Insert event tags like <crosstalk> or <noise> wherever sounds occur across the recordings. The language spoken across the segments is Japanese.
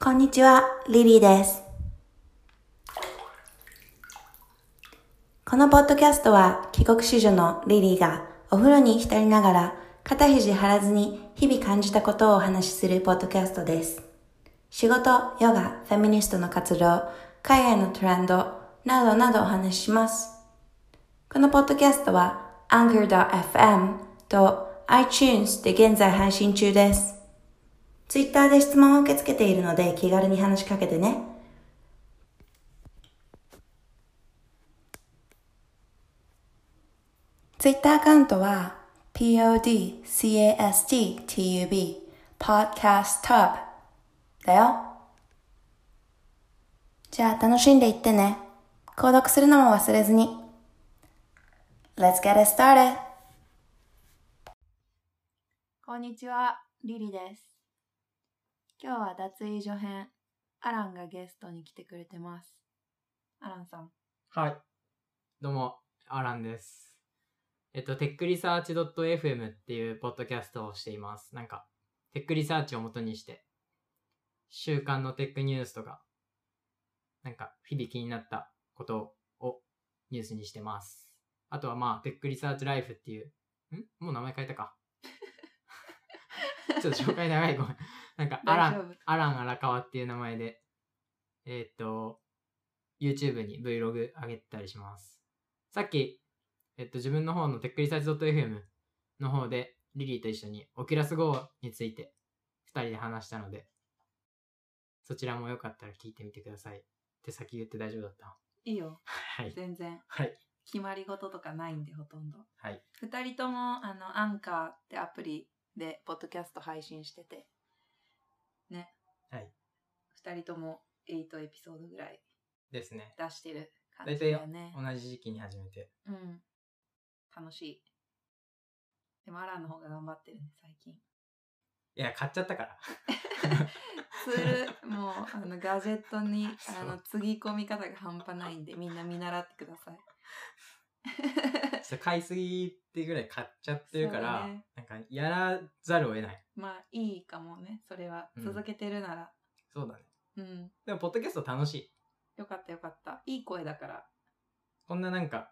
こんにちは、リリーです。このポッドキャストは帰国子女のリリーがお風呂に浸りながら肩肘張らずに日々感じたことをお話しするポッドキャストです。仕事、ヨガ、フェミニストの活動、海外のトレンドなどなどお話しします。このポッドキャストは Anchor.fm と iTunes で現在配信中です。ツイッターで質問を受け付けているので気軽に話しかけてね。ツイッターアカウントは podcastub podcasttub だよ。じゃあ楽しんでいってね。購読するのも忘れずに。Let's get it started! こんにちは、リリです。今日は脱衣所編アランがゲストに来てくれてますアランさんはい。どうも、アランです。えっと、テックリサーチ .fm っていうポッドキャストをしています。なんか、テックリサーチを元にして、週刊のテックニュースとか、なんか、日々気になったことをニュースにしてます。あとはまあ、テックリサーチライフっていう、んもう名前変え <laughs> たか。ちょっと紹介長い、ごめん。なんか、アラ大丈ン、夫アラン荒川っていう名前で、えーっと、YouTube に Vlog 上げたりします。さっき、えっと、自分の方のテックリサーチ .fm の方で、リリーと一緒に Oculus Go について2人で話したので、そちらもよかったら聞いてみてください。って先言って大丈夫だったいいよはい。全然はい。決まり事とかないんでほとんどはい。 2人ともあのアンカーってアプリでポッドキャスト配信しててねはい2人とも8エピソードぐらいですね。出してる感大じ体だ同よねじ時期に始めて。うん楽しいでもアランの方が頑張ってるね最近いや、買っちゃったから。ツールもうあのガジェットにそうあのつぎ込み方が半端ないんでみんな見習ってくださいちょっと買いすぎってぐらい買っちゃってるかそうだら、ねなんかやらざるを得ない。まあいいかもねそれはうん続けてるならそうだね。うん、でも、ポッドキャスト楽しい。よかったよかったいい声だからこんななんか、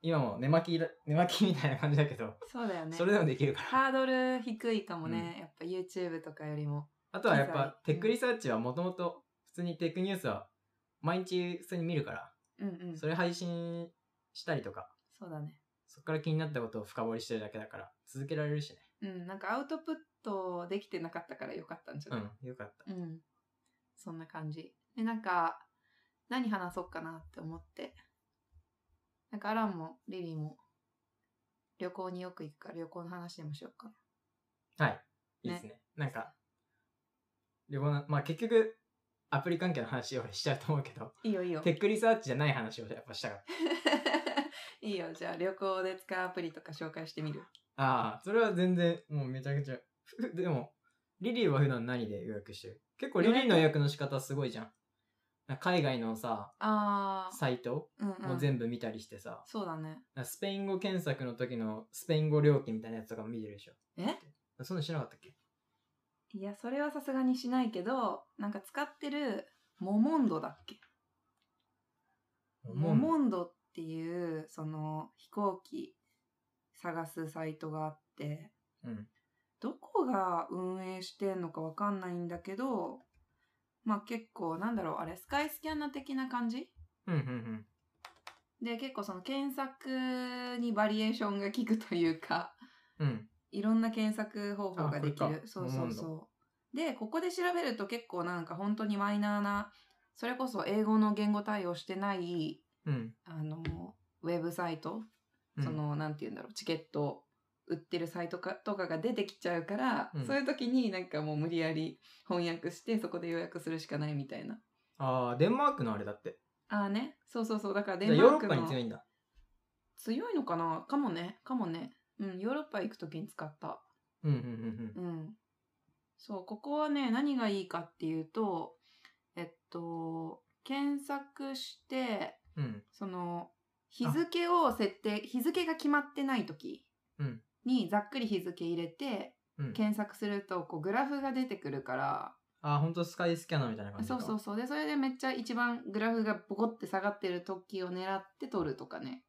今も寝巻きだ、寝巻きみたいな感じだけど、そうだよねそれでもできるから。ハードル低いかもね、やっぱ YouTube とかよりもあとはやっ機材ぱ、テックリサーチはもともと、普通にテックニュースは、毎日普通に見るから、うんうんそそれ配信したりとか、うだねそこから気になったことを深掘りしてるだけだから、続けられるしね。うんなんかアウトプットできてなかったからよかったんじゃない、うん、よかった。うん。そんな感じ。で、なんか、何話そうかなって思って。なんか、アランもリリーも旅行によく行くから旅行の話でもしようかな。はい。いいですね。なんか、旅行な、まあ結局、アプリ関係の話を俺しちゃうと思うけど、いいよいいよ。テックリサーチじゃない話をやっぱしたかっ <laughs> いいよ。じゃあ、旅行で使うアプリとか紹介してみる。た。ああ、それは全然、もうめちゃくちゃ。 <laughs> ふでも、リリーは普段何で予約してる結構リリーの予約の仕方すごいじゃん。なんか海外のさ、あサイトー、うんうん。も全部見たりしてさ、そうだね。なんかスペイン語検索の時のスペイン語料金みたいなやつとかも見てるでしょ。えそんなのしなかったっけいや、それはさすがにしないけど、なんか使ってるモモンドだっけモモンドっていう、その飛行機探すサイトがあって、うん。どこが運営してんのかわかんないんだけど、まあ結構なんだろう、あれ、スカイスキャナー的な感じうんうんうん。で、結構その検索にバリエーションが効くというか、 <laughs> うん。いろんな検索方法ができあこれる。かそうそうモそう。で、ここで調べると結構なんか本当にマイナーな、それこそ英語の言語対応してない、うん。あの、ウェブサイト、うんそ、の、なんて言うんだろう、チケット売ってるサイトかとかが出てきちゃうから、うんそういう時になんかもう無理やり翻訳して、そこで予約するしかないみたいな。ああ、デンマークのあれだって。ああね、そうそうそう、だからデじゃあンヨーマーロクッのパに強いんだ。強いのかなかもね、かもね。うん、ヨーロッパ行く時に使った。うんうんうんうん。そう、ここはね、何がいいかっていうと、えっと、検索して、うん。うん。その日付を設定日付が決まってない時うんにざっくり日付入れてうん検索するとこうグラフが出てくるからあ、本当スカイスキャナーみたいな感じそうそうそう。で、それでめっちゃ一番グラフがボコって下がってる時を狙って撮るとかね。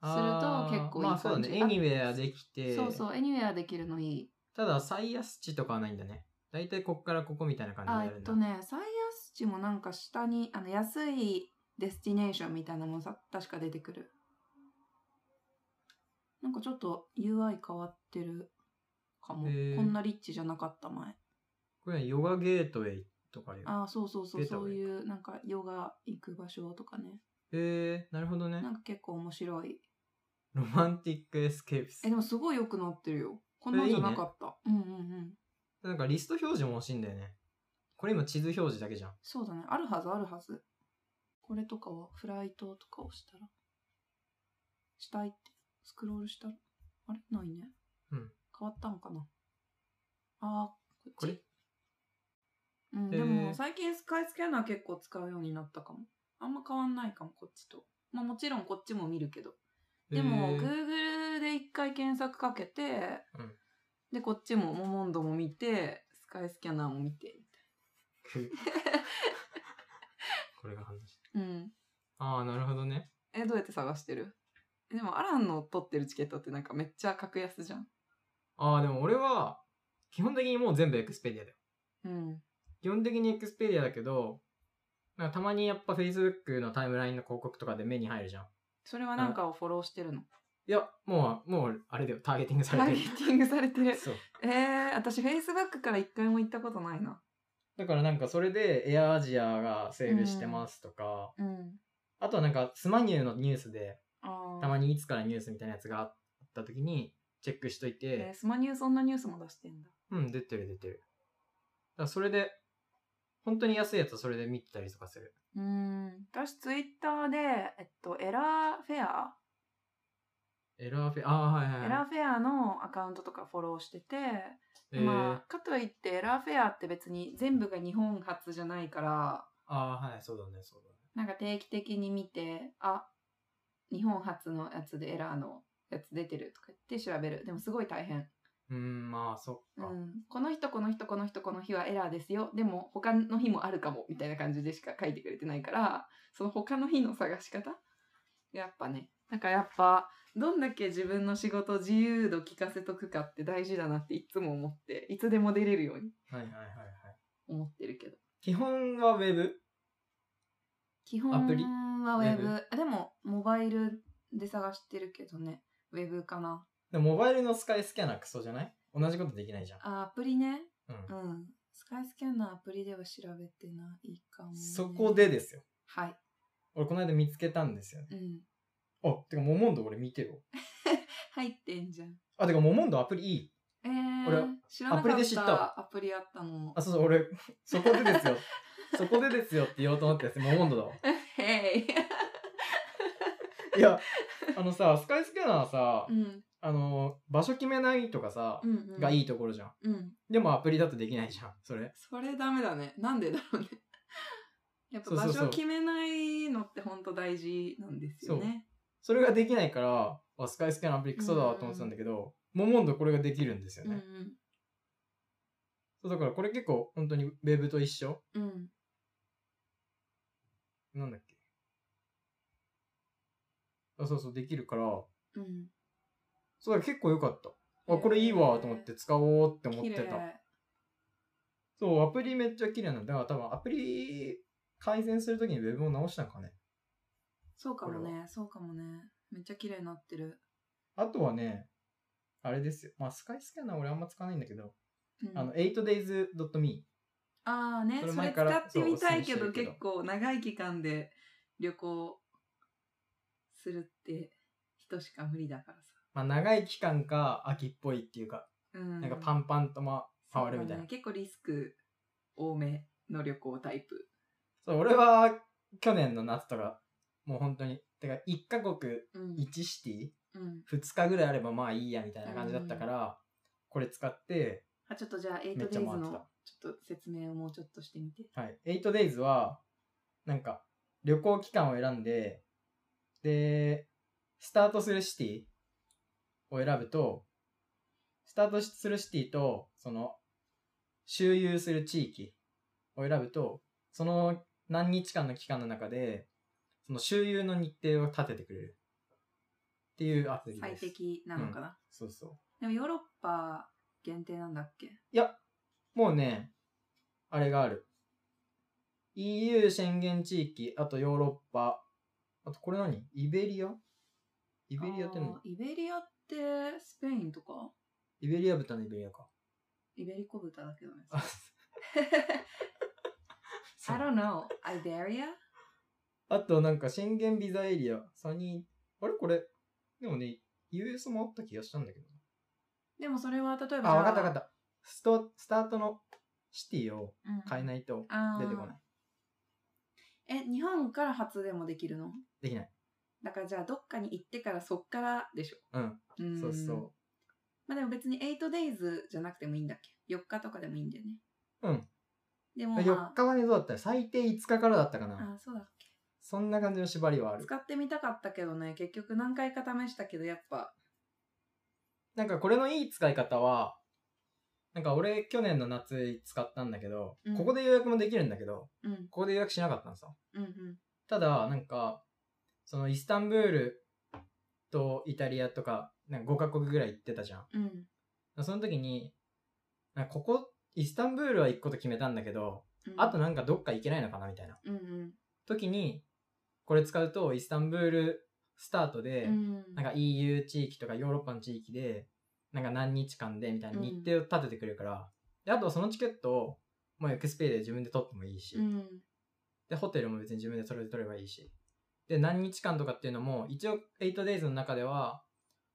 あーすると結構いいまあそうだ感ね。じエニウェアできて、そうそう、エニウェアできるのいい。ただ最安値とかはないんだね。だいたいこっからここみたいな感じであ、やえるっんだ。とね、最安値もなんか下に、あの、安いデスティネーションみたいなのもさ、確か出てくる。なんかちょっと UI 変わってるかも。へーこんなリッチじゃなかった前。これはヨガゲートウェイとかあるよ。ああ、そうそうそう、出たそう俺いう、なんか、ヨガ行く場所とかね。へえー、なるほどねな。んか結構面白い。ロマンティックエスケープスえ、で。もすごい良くなってるよ。こんなんじゃなかった。うんうんうん。なんかリスト表示も欲しいんだよね。これ今地図表示だけじゃん。そうだね。あるはずあるはず。これとかは、フライトとかをしたら。したいって、スクロールしたら。あれないね。うん。変わったんかな。あー、ここっれち。うん、へーでも最近スカイスキャナー結構使うようになったかも。あんま変わんないかも、こっちと。まあもちろんこっちも見るけど。でも、へー Google で一回検索かけて、うんで、こっちもモモンドも見て、スカイスキャナーも見て、みくこれが話。たいな。うん。ああ、なるほどね。え、どうやって探してるえでも、アランの取ってるチケットってなんかめっちゃ格安じゃん。ああ、でも俺は、基本的にもう全部エクスペディアだよ。うん。基本的にエクスペディアだけど、なんかたまにやっぱ Facebook のタイムラインの広告とかで目に入るじゃん。それはなんかをフォローしてるの。いや、もう、もう、あれだよ、ターゲティングさターれゲてティングされてる。る。 <laughs> そう。えー、私、Facebook から一回も行ったことないな。だからなんかそれで、エアアジアがセールしてますとか、うん。あとはなんか、スマニューのニュースで、ああ。たまにいつからニュースみたいなやつがあった時に、チェックしといて、えースマニューそんなニュースも出してんだ。うん、出てる出てる。だからそれで、本当に安いやつはそれで見てたりとかする。うん。私、Twitter で、えっと、エラーフェアエラーフェア、ああ、はいはいはい。エラーフェアのアカウントとかフォローしてて、えーまあ、かといってエラーフェアって別に全部が日本発じゃないから、ああ、はい、そうだね、そうだね。なんか定期的に見て、あ、日本初のやつでエラーのやつ出てるとか言って調べる。でもすごい大変。うーん、まあ、そっうか。ん。この人、この人、この人、この日はエラーですよ。でも他の日もあるかも、みたいな感じでしか書いてくれてないから、その他の日の探し方やっぱね。なんかやっぱ、どんだけ自分の仕事自由度聞かせとくかって大事だなっていつも思って、いつでも出れるようにはいはいはいはい。思ってるけど。基本はウェブ基本アプリはウェブウェあでもモバイルで探してるけどねウェブかなでもモバイルのスカイスキャナークソじゃない同じことできないじゃん。あアプリねうんう。んスカイスキャンナーアプリでは調べてないかもね、そこでですよ。はい俺、この間見つけたんですよね。うんあ、てか、モモンド俺見てよ。入ってんじゃんあ、てか、モモンドアプリいい。えー、俺知らなかアっプたリで知ったわアプリあったのあ、そうそう、俺、 <laughs> そこでですよ。そこでですよって言おうと思ったやつ、モモンドだわ。へいいや、 <laughs> あのさ、スカイスキャナーさ、うんあの、場所決めないとかさう、ん、うん、がいいいところじゃん。うんでもアプリだとできないじゃん、それ。それダメだねなんでだろうね <laughs> やっぱそう場そうそう所決めないのって本当大事なんですよねそれができないから、あスカイスキャナーアプリクソだわと思ってたんだけど、モモンドこれができるんですようんね。そうだからこれ結構本当にウェブと一緒うんうんなんだっけあ、そうそう、できるから、うんそうだ結構良かった。あ、これいいわと思って使おうって思っ綺て麗た。そう、アプリめっちゃ綺麗なんだ。だから多分アプリ改善するときにウェブを直したんかね。そうかもこれね、そうかもね。めっちゃ綺麗になってる。あとはね、あれですよ。まあ、スカイスキャナー俺あんま使わないんだけど、うんあの、8days.me。あーね、そそれれ前から使ってみたいけそうど、お勧めしてるけど結構長い期間で旅行するって人しか無理だからさ。まあ、長い期間か、秋っぽいっていうか、うん。なんかパンパンとま、触るみそうたいだなね。結構リスク多めの旅行タイプ。そう、俺は、去年の夏とか、もう本当に、てか、1カ国うん。 1シテうん、ィ、2日ぐらいあればまあいいや、みたいな感じだったから、これ使って、あちょっとじゃあ、8め days っちゃ回ってのたちょっと説明をもうちょっとしてみて。はい。8days は、なんか、旅行期間を選んで、で、スタートするシティを選ぶと、スタートするシティと、その、周遊する地域を選ぶと、その何日間の期間の中で、その周遊の日程を立ててくれる。っていうアプリで最す。適なのかな、そうそう。でもヨーロッパ限定なんだっけいや、もうね、あれがある。EU 宣言地域、あとヨーロッパ、あとこれ何イベリアイイベリアって何イベリアってスペインとかイベリア豚のイベリアか。イベリコ豚だけどね。あそう I don't know. Iberia? あとなんか宣言ビザエリア、サニー、あれこれ、でもね、US もあった気がしたんだけど。でもそれは例えば。あ、わかったわかったた。スト、スタートのシティをうん変えないとあー出てこない。え、日本から初でもできるのできない。だからじゃあどっかに行ってからそっからでしょ。うん。うーんそうそまあでも別に 8days じゃなくてもいいんだっけ ?4 日とかでもいいんだよね。うん。でう。も、 4ま日はね、どうだったら最低5日からだったかあ、な。あそうだっけ。そんな感じの縛りはある。使ってみたかったけどね、結局何回か試したけどやっぱ、なんかこれのいい使い方は、なんか俺去年の夏使ったんだけど、うんここで予約もできるんだけど、うん、ここで予約しなかったんさ。うん、うん。ただ、なんか、そのイスタンブールとイタリアとか、なんか5カ国ぐらい行ってたじゃん。うん。その時に、なんかここ、イスタンブールは行くこと決めたんだけど、うんあとなんかどっか行けないのかなみたいなうんうん。時に、これ使うとイスタンブールスタートで、うんなんか EU 地域とかヨーロッパの地域で、なんか何日間でみたいなうん日程を立ててくれるから、で、あとはそのチケットを、まあ、エクスペイで自分で取ってもいいし、うん。で、ホテルも別に自分でそれで取ればいいし、で、何日間とかっていうのも、一応 8days の中では、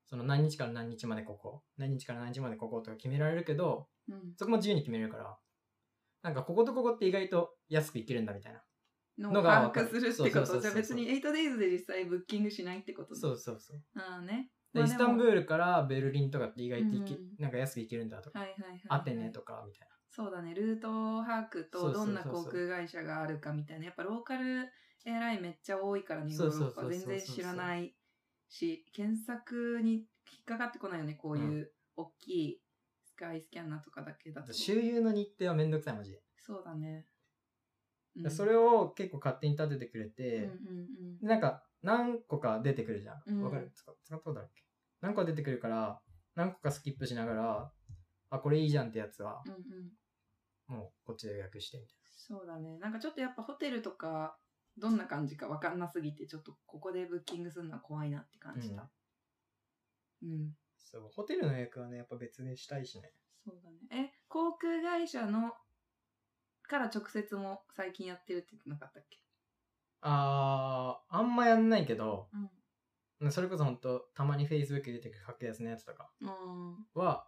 その何日から何日までここ、何日から何日までこことか決められるけど、うんそこも自由に決めれるから、なんかこことここって意外と安く行けるんだみたいな。ののをが把握分かるするってこそとうそうそうそうじゃあ別に 8days で実際ブッキングしないってことねそうそうそう。ああねでまあイでもスタンブールからベルリンとかって意外と行け、うんなんか安く行けるんだとか、はいはいはいはいアテネとかみたいな。そうだねルート把握そとうそうそうそうどんな航空会社があるかみたいなやっぱローカルエアラインめっちゃ多いからねヨーそうそうロッそうそパう全然知らないし検索に引っかかってこないよねこういう大きいスカイスキャナーとかだけだあとと周遊の日程はめんどくさいマジで、そうだね、うでそれを結構勝手に立ててくうれんうんて、うんなんか何個か出てくるじゃうんんわ、かる使使ったことあるっけ何個か出てくるから何個かスキップしながらあこれいいじゃんってやつはうんうんもうこっちで予約してみたいそうだね。なんかちょっとやっぱホテルとか、どんな感じか分かんなすぎて、ちょっとここでブッキングするのは怖いなって感じた。うん。なそうホテルの予約はねやっぱ別でしたいしねそうだね。え、航空会社の、から直接も最近やってるって言ってなかったっけあーあんまやんないけどうん。それこそほんとたまに Facebook で出てくる格安のやつとかうん。は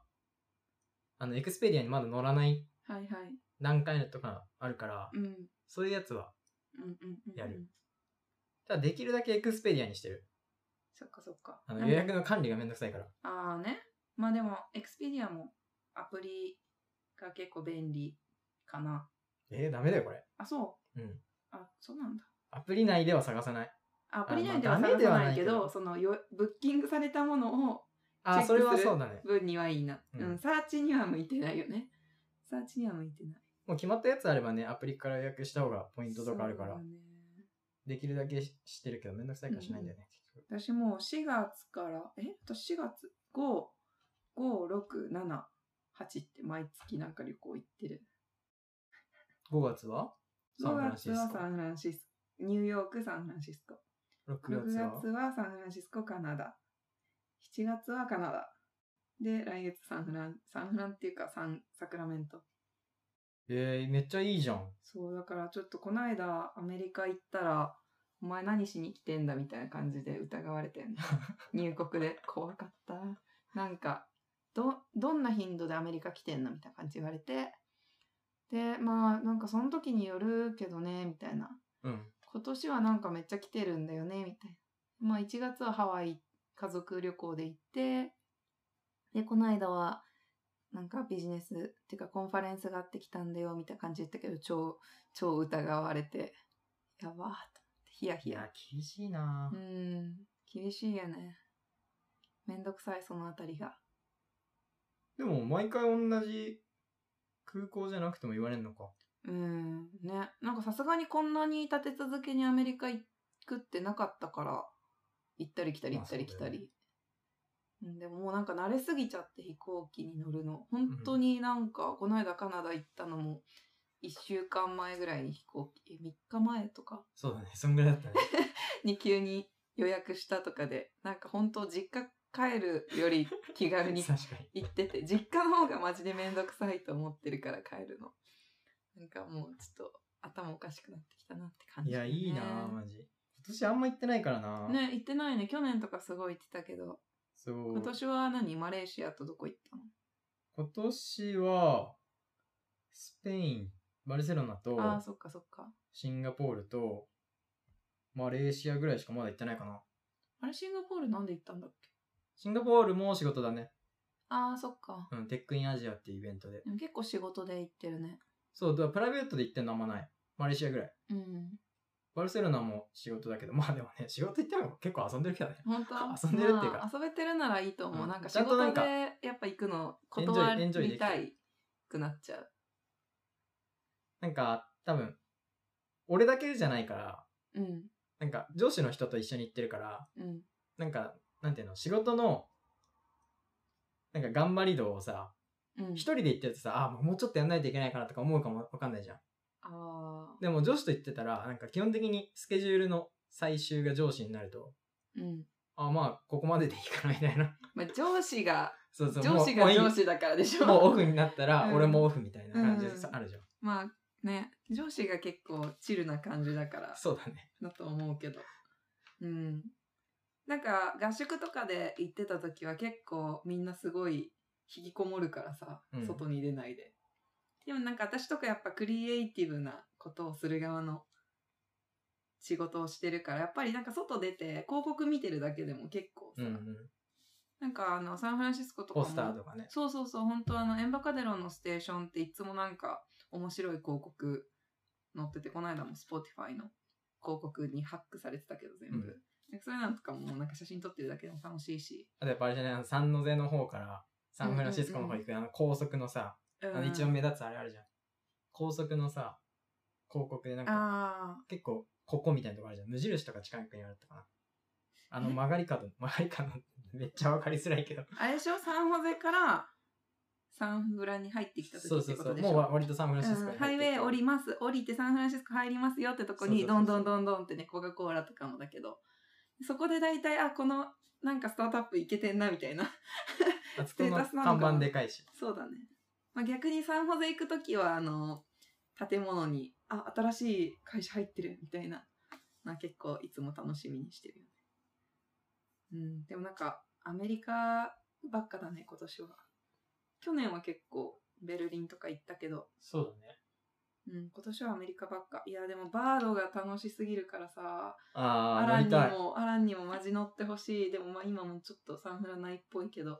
あのエクスペディアにまだ乗らないはいはい。段階のとかあるから、うん。うんそういうやつはうんうん、うん。やる。ただできるだけエクスペディアにしてる。そっかそっか。あなのんか予約の管理がめんどくさいから。ああね。まあでも、エクスペディアもアプリが結構便利かな。えー、ダメだよ、これ。あ、そうん。う。あ、そうなんだ。アプリ内では探さない。アプリ内であはまあ探さないけダメではど、ないけどそのよブッキングされたものをあー、チェそックすれるはそうだね。分にはいいな、ううんん。サーチには向いてないよね。サーチには向いてない。もう決まったやつあればね、アプリから予約した方がポイントとかあるかそらう、だねできるだけししてるけどめんどくさいからしないんだよね。私もう4月から、え私4月5、5、6、7、8って毎月なんか旅行行ってる。 5月はサンフ5ランシ月スはコサ。ンフランシスコ。ニューヨーク、サンフランシスコ。 6 6月は月はサンフランシスコ、カナダ。7月はカナダ。で、来月サンフラン、サンフランっていうかサン、サクラメント。えー、めっちゃいいじゃん。そう、だからちょっとこの間アメリカ行ったら、お前何しに来てんだみたいな感じで疑われてん入国で怖かった。なんか、ど、どんな頻度でアメリカ来てんのみたいな感じで言われて。で、まあ、なんかその時によるけどね、みたいな。うん。今年はなんかめっちゃ来てるんだよね、みたいな。まあ1月はハワイ家族旅行で行って、で、この間はなんかビジネスっていうかコンファレンスがあってきたんだよ、みたいな感じだったけど、超、超疑われて、やばーと思って、ヒヤいヒやヤ。、厳しいなう、ん、厳しいよね。めんどくさい、そのあたりが。でも、毎回同じ空港じゃなくても言われるのか。うんねなんかさすがにこんなに立て続けにアメリカ行くってなかったから行ったり来たり行まあったり来たそり、うんでももうなんか慣れすぎちゃって飛行機に乗るの本当になんか、この間カナダ行ったのも1週間前ぐらいに飛行機3日前とか <laughs> そうだね、そんぐらいだったね。に急に予約したとかでなんか本当実家帰るより気軽に <laughs> 確かに。行ってて実家の方がマジで面倒くさいと思ってるから帰るのなんかもうちょっと頭おかしくなってきたなって感いじだや、ね、いいなぁ、マジ。今年あんま行ってないからなぁ。ね行ってないね去年とかすごい行ってたけどそう。今年は何マレーシアとどこ行ったの今年は、スペイン、バルセロナと、ああーそっかそっかシンガポールと、マレーシアぐらいしかまだ行ってないかな。あれシンガポールなんで行ったんだっけシンガポールも仕事だね。ああそっかうん、テックインアジアっていうイベントで。でも結構仕事で行ってるねそう、だからプライベートで行ってんのあんまない。マレーシアぐらい。うんバルセロナも仕事だけど、 <laughs> まあでもね、仕事行っても結構遊んでるけどね。本当 <laughs> 遊んでるっていうかまあ遊べてるならいいと思う、うんなんかち仕ゃんとな事んでかやっぱ行くのエンジョイ断エンジョイでりきたたいくなっちゃうなんか、多分、俺だけじゃないから、うんなんか上司の人と一緒に行ってるから、うんなんか、なんていうの、仕事の、なんか頑張り度をさ、うん一人で行ってるとさ、あ、もうちょっとやんないといけないかなとか思うかもわかんないじゃん。ああでも上司と行ってたら、なんか基本的にスケジュールの最終が上司になると、うんあ、まあ、ここまででいいかな、みたいな。 <laughs> まあ、上司がそうそう。もう上司が上。も司だからでしういいもうオょフになったらう、ん俺もオフみたいな感じでうさんあるじゃん。まあね上司が結構チルな感じだからそうだね。だと思うけどうんなんか合宿とかで行ってた時は結構みんなすごい引きこもるからさ、うん外に出ないででもなんか私とかやっぱクリエイティブなことをする側の仕事をしてるからやっぱりなんか外出て広告見てるだけでも結構うさ、んうん。なんかあのサンフランシスコとかポもスターとかね。そうそうそう、本当あの、エンバカデロのステーションっていつもなんか面白い広告載ってて、この間も Spotify の広告にハックされてたけど全部。うんなんかそういうのとかもなんか写真撮ってるだけでも楽しいし。あとやっぱあれじゃない、あの三ノ瀬の方から、サンフランシスコの方行く、あの高速のさ、うんあの一番目立つあれあるじゃん。高速のさ、広告でなんか、あ結構、ここみたいなとこあるじゃん。無印とか近くにあるとかな。あの曲がり角、曲がり角、めっちゃわかりづらいけど。ーあれでしょサンホゼからサンフラに入ってきた時そうっそてうこそとう。でしょもうわ割とサンフランシスコうんハイウェイ降ります降りてサンフランシスコ入りますよってとこにそうそうどそんうそどうんどんどんってねコカ・コーラとかもだけどそこで大体あこのなんかスタートアップいけてんなみたいなあそこのステータスなの看かな板でかいし。そうだね、まあ、逆にサンホゼ行く時はあの建物にあ新しい会社入ってるみたいな、まあ、結構いつも楽しみにしてるよねうんでもなんかアメリカばっかだね今年は去年は結構ベルリンとか行ったけどそうだね。うん、今年はアメリカばっか。いや、でもバードが楽しすぎるからさ、アああ、ラン乗りにたい。も、アランにもマジ乗ってほしい。でもまあ今もちょっとサンフラないっぽいけど。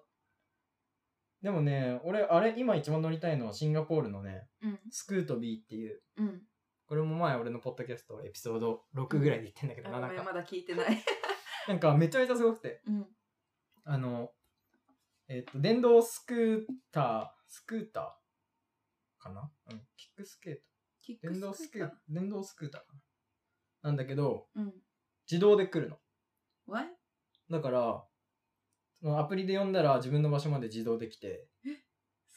でもね、俺、あれ、今一番乗りたいのはシンガポールのね、うん、スクートビーっていう、うん。これも前俺のポッドキャストエピソード6ぐらいで言ってんだけどあな、なんごめんか、まだ聞いて <laughs> ない。なんかめちゃめちゃすごくて、うん。あの、えっ、と、電動スクーター、スクーターかなうん、キックスケーキット。電動スクケート、電動スクーターかななんだけど、うん。自動で来るの。わいだから、そのアプリで呼んだら自分の場所まで自動で来て、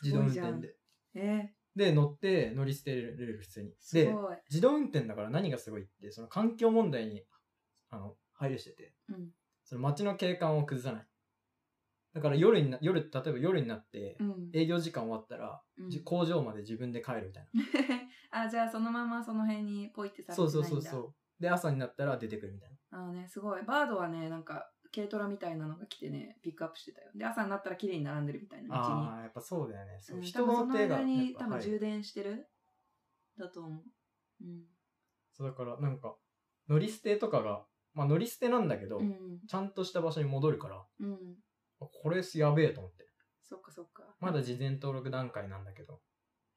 自動運転で。。ええで、乗って乗り捨てれる、普通に。すで、ごい。自動運転だから何がすごいって、その環境問題にあの配慮してて、うん。その街の景観を崩さない。だから夜にな、夜、例えば夜になってう、ん。営業時間終わったら、うんじ工場まで自分で帰るみたいな。 <laughs> あ、じゃあそのままその辺にポイってされてそないうだんそうそうそう。で、朝になったら出てくるみたいな。あのね、すごい。バードはね、なんか軽トラみたいなのが来てね、ピックアップしてたよ。で、朝になったら綺麗に並んでるみたいな道に。ああー、やっぱそうだよね。そう、うん人の手多分その間がやっにぱ多分入る充電してる、だと思う。うん。そうだからなんか乗り捨てとかがまあ乗り捨てなんだけど、うん。ちゃんとした場所に戻るからうん。これやべえと思ってそっかそっか。まだ事前登録段階なんだけど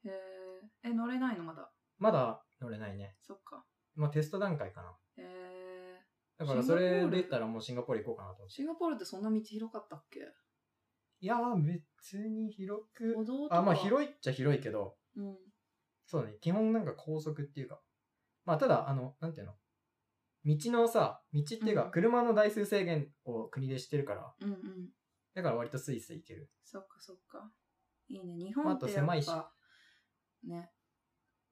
へえ。え、乗れないのまだ。まだ乗れないねそっか。まあテスト段階かなへえ。だからシンガそポールれ出たらもうシンガポール行こうかなと思ってシンガポールってそんな道広かったっけいやー別に広く歩道とか。あまあ広いっちゃ広いけどうん。そうだね、基本なんか高速っていうか、まあただ、あの、なんていうの、道のさ、道っていうかうん、車の台数制限を国でしてるから、うんうん。だから割とスイスイ行ける。そっかそっか。いいね。日ま本ああっとてやっぱ、狭いしね。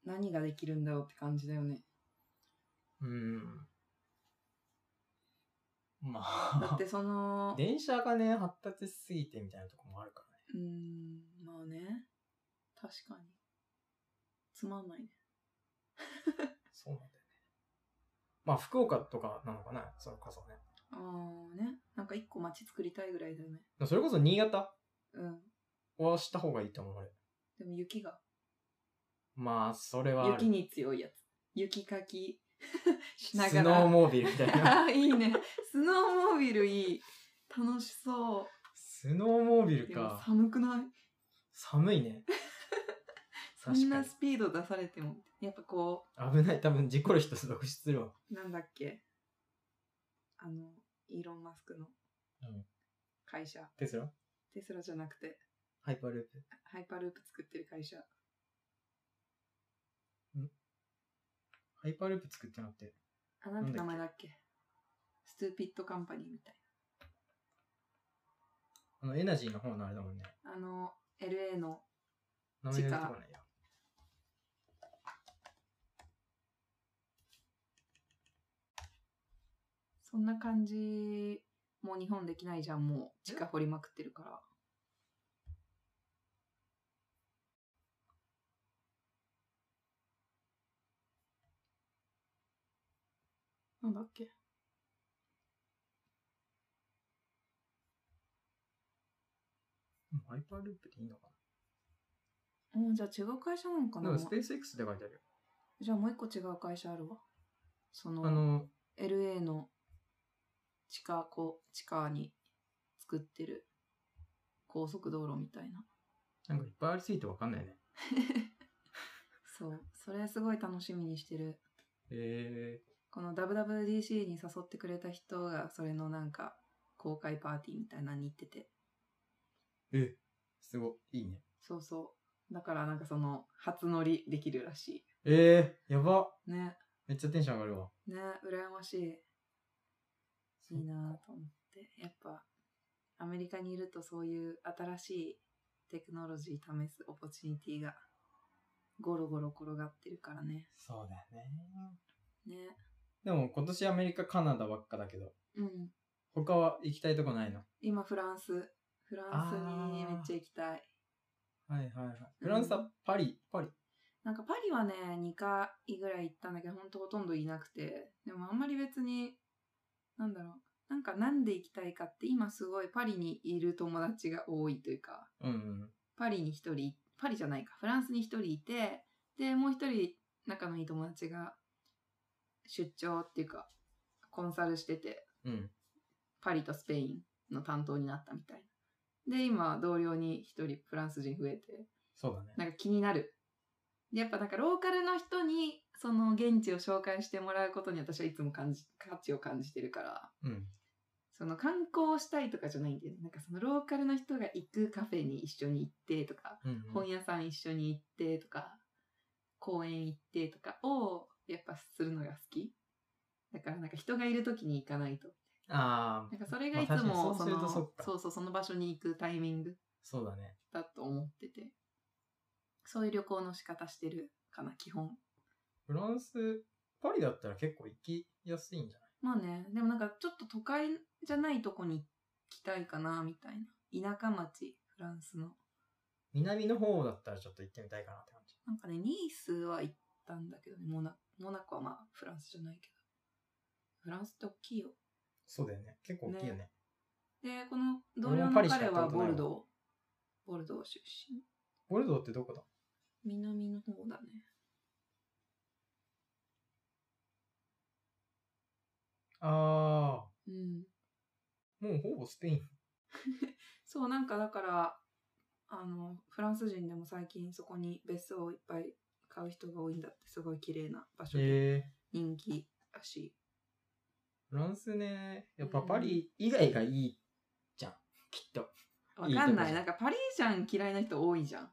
何ができるんだろうって感じだよ <laughs> ね。うん。まだっあて、そ <laughs> の、電車がね、発達しすぎてみたいなとこもあるからね。うーん、まあね。確かに。つまんないね。そうなんだよね。まあ福岡とかなのかな、それこそね。ああね。なんか一個街作りたいぐらいだよね。でもそれこそ新潟うん。はした方がいいと思う、俺。でも雪が。まあ、それはある。雪に強いやつ。雪かき <laughs> しなスがノら。ーモービルみたい <laughs> な。あーいいね。スノーモービルいい。楽しそスノーモービう。ルでもか。寒くない寒いね。 <laughs> そ確かにんなスピード出されても。やっぱこ危ない。多分事故る人続出するわ。う、なんだっけ。あの、イーロン・マスクのうん会社。テスラテスラじゃなくて、ハイパーループ。ハイパーループ作ってる会社。ハイパーループ作ってなくて。あ、なんて名なんだっけ前だっけストゥーピッドカンパニーみたいあの、エナジーの方のあれだもんね。な。あの、LA の、名前出てこないや。そんな感じ、もう日本できないじゃん、もう。地下掘りまくってるから。なんだっけうんハイパーループでいいのかうん、じゃあ違う会社なのかななでもスペース X って書いてあるよ。じゃあもう一個違う会社あるわ。その、あの、 LA の地下こ地下に作ってる高速道路みたいななんかいっぱいありすぎてわかんないね。そうそれすごい楽しみにしてるえこの WWDC に誘ってくれた人がそれのなんか公開パーティーみたいなのに行っててー、え、すごい。いいね。そうそうだからなんかその初乗りできるらしえー、やば。いねめっちゃテンション上がるわ。ね羨ましいいいなぁと思ってやっぱアメリカにいるとそういう新しいテクノロジー試すオポチュニティがゴロゴロ転がってるからねそうだよね。ねでも今年アメリカ、カナダばっかだけど、うん他は行きたいとこないの今フランスフランスにめっちゃ行きたいはいはいはい。フランスはパリ、パリ。なんかパリはね2回ぐらい行ったんだけどほんとほとんどいなくてでもあんまり別になんだろうなんかなんで行きたいかって今すごいパリにいる友達が多いというかうんうん。パリに一人、パリじゃないか、フランスに一人いて、で、もう一人仲のいい友達が出張っていうか、コンサルしてて、うん。パリとスペインの担当になったみたいな。で、今、同僚に一人フランス人増えて、そうだね。なんか気になる。でやっぱなんかローカルの人に、その現地を紹介してもらうことに私はいつも感じ、価値を感じてるから、うん。その観光をしたいとかじゃないんだよね。なんかそのローカルの人が行くカフェに一緒に行ってとか、うんうん本屋さん一緒に行ってとか、公園行ってとかを、やっぱするのが好き。だからなんか人がいる時に行かないと。ああなん、かそれまがあいつも確かそにそうするの、とそそっかうそう、その場所に行くタイミングそうだね。だと思ってて。そういう旅行の仕方してるかな、基本。フランス、パリだったら結構行きやすいんじゃないまあね、でもなんかちょっと都会じゃないとこに行きたいかな、みたいな。田舎町、フランスの。南の方だったらちょっと行ってみたいかなって感じ。なんかね、ニースは行ったんだけどね、モナモナコはまあフランスじゃないけど。フランスって大きいよ。そうだよね。結構大きいよね。で、この同僚俺ものパリしか彼やったはことボないわルドー、ボルドー出身。ボルドーってどこだ南の方だね。あうん。あ、もうほぼスペイン。そう、なんかだから、あの、フランス人でも最近そこに別荘をいっぱい買う人が多いんだって、すごい綺麗な場所でええ人気らしい。フランスね、やっぱパリ以外がいいじゃん。きっと。わかんないいいとこじゃんなんかパリジャン嫌いな人多いじゃん。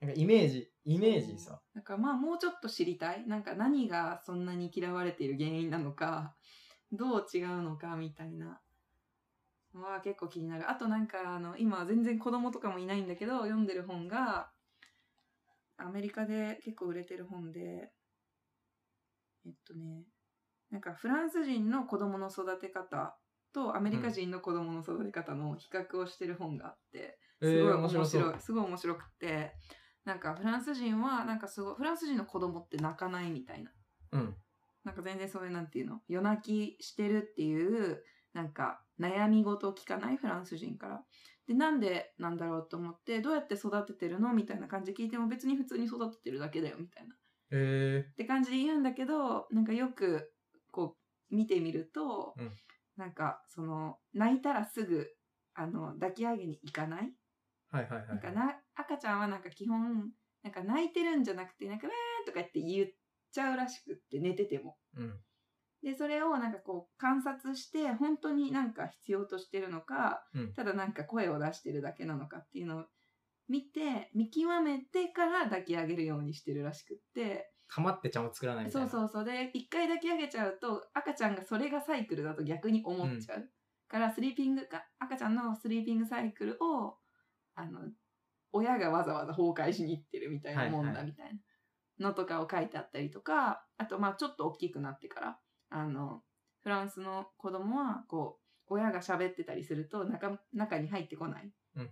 なんかイメージ、イメージさ。なんかまあもうちょっと知りたい。なんか何がそんなに嫌われている原因なのか、どう違うのかみたいな。は結構気になる。あとなんかあの、今全然子供とかもいないんだけど、読んでる本が、アメリカで結構売れてる本で、えっとね、なんかフランス人の子供の育て方とアメリカ人の子供の育て方の比較をしてる本があって、えすごいー面白そうい、すごい面白くてなんかフランス人はなんかすごいフランス人の子供って泣かないみたいなうん。なんか全然そういうなんていうの夜泣きしてるっていうなんか悩み事を聞かないフランス人からでなんでなんだろうと思ってどうやって育ててるのみたいな感じで聞いても別に普通に育ててるだけだよみたいなえって感じで言うんだけどなんかよくこう見てみると、うんなんかその泣いたらすぐあの抱き上げに行かないー、はいはいはい。なんかな赤ちゃんはなんか基本なんか泣いてるんじゃなくてなんか「わー」とかって言っちゃうらしくって寝てても。うん。でそれをなんかこう観察して本当になんか必要としてるのか、うんただなんか声を出してるだけなのかっていうのを見て見極めてから抱き上げるようにしてるらしくってかまってちゃんを作らないみたいそうな。うそうそうで一回抱き上げちゃうと赤ちゃんがそれがサイクルだと逆に思っちゃう、からスリーピングか赤ちゃんのスリーピングサイクルをあの親がわざわざ崩壊しに行ってるみたいなもんはいはだいみたいなのとかを書いてあったりとかあとまあちょっと大きくなってからあのフランスの子供はこう親が喋ってたりすると中中に入ってこない、うん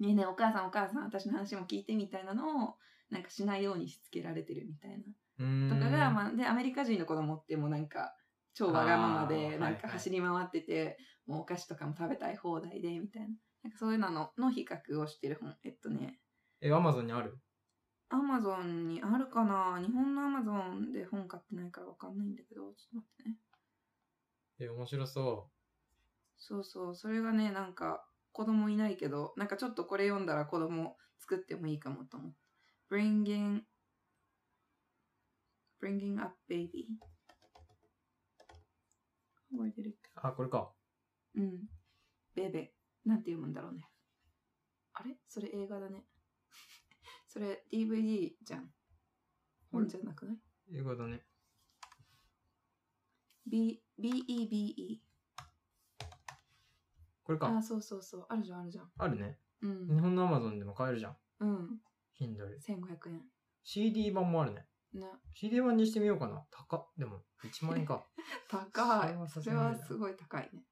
ねえねえお母さんお母さん私の話も聞いてみたいなのをなんかしないようにしつけられてるみたいなーん。とかが、まあ、でアメリカ人の子供ってもうなんか超わがままあーではないんはかい走り回ってて、もうお菓子とかも食べたい放題でみたいななんかそういうののの比較をしてる本えっとねえ、アマゾンにあるアマゾンにあるかな日本のアマゾンで本買ってないからわかんないんだけどちょっと待ってねえ、面白そそうそうそれがねなんか子供いないけどなんかちょっとこれ読んだら子供作ってもいいかもと思って Bringing Bringing Up Baby 覚えてるう。あ、これか。うん。ベベ。なんて読むんだろうね。あれそれ映画だね。 <laughs> それ DVD じゃん。本じゃなくないいうことね。 ?B、BEBE。これあ、か。そうそうそう。あるじゃん、あるじゃん。あるね。う日ん。本のアマゾンでも買えるじゃん。うん。 Kindle。 1500円。 CD 版もあるね。ね。 CD 版にしてみようかな。高っ。でも、1万 <laughs> 円か。高い。そそれれははさすすごい高いね。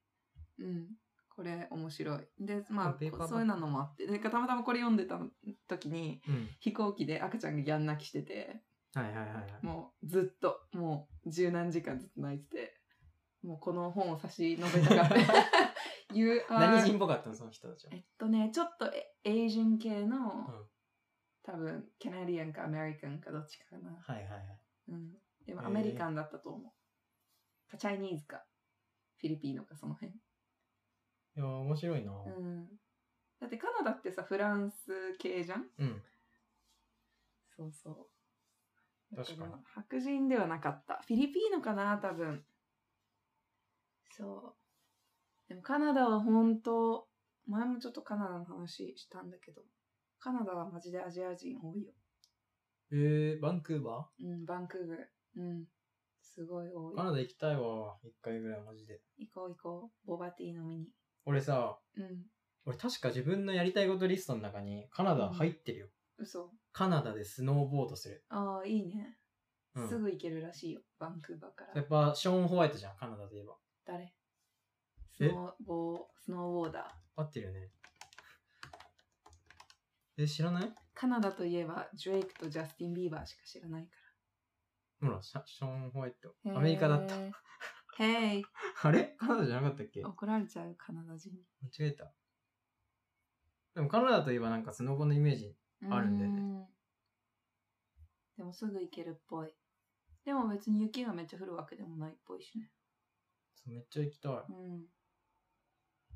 うん。これ面白い。で、まあペーパーバッ、グそういうのもあって。で、たまたまこれ読んでた時に、うん。飛行機で赤ちゃんがギャン泣きしてて、はいはいはいはい。もうずっともう十何時間ずっと泣いててもうこの本を差し伸べたかっ <laughs> た You 何人 are っぽかったのその人たちはえ。っとねちょっとエエイジン系の、うん多分カナディアンかアメリカンかどっちかかな、はいはいはい。うん、でへもーアメリカンだったと思う、かチャイニーズかフィリピーノかその辺、いやー、面白いな。うん、だってカナダってさフランス系じゃんうん。そうそう。確かにだら白人ではなかった。フィリピーノかな、多分。そう。でもカナダは本当、前もちょっとカナダの話したんだけど、カナダはマジでアジア人多いよ。えー、バンクーバうん、バンクーブル。うん。すごい多ーいカ。ナダ行きたいわ。一回ぐらいマジで。行こう行こう。ボバティー飲みに。俺さ、うん。俺確か自分のやりたいことリストの中にカナダ入ってるよ。嘘。カナダでスノーボードする。ああ、いいね。うんすぐ行けるらしいよ。バンクーバーかやらっ。ぱショーン・ホワイトじゃん、カナダで言えば。誰スえノーボー、スノーボーダー。合ってるよね。え、知らないカナダといえば、ドレイクとジャスティン・ビーバーしか知らないかほら、シャショーン・ホワイト。ら。アメリカだった。 <laughs> へー。へい、あれカナダじゃなかったっけ間怒られちゃう、カナダ人に。違えた。でもカナダといえばなんかスノボのイメージ。あるんだよねうーん。でもすぐ行けるっぽい。でも別に雪がめっちゃ降るわけでもないっぽいしね。そうめっちゃ行きたい。うん。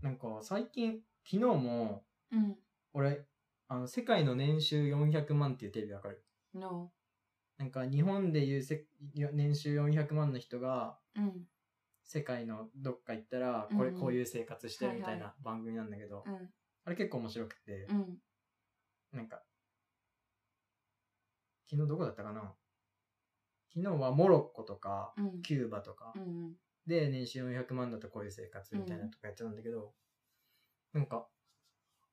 なんか最近、昨日も、うん。俺、あの、世界の年収400万っていうテレビわかる No. なんか日本でいうせ年収400万の人がうん。世界のどっか行ったらこれうんうんこういう生活してるみたいはいな番組なんだけど、うん。あれ結構面白くてう、ん。なんか昨日どこだったかな昨日はモロッコとか、うんキューバとか、うんで、年収400万だとこういう生活みたいなとかやってたんだけど、なんか、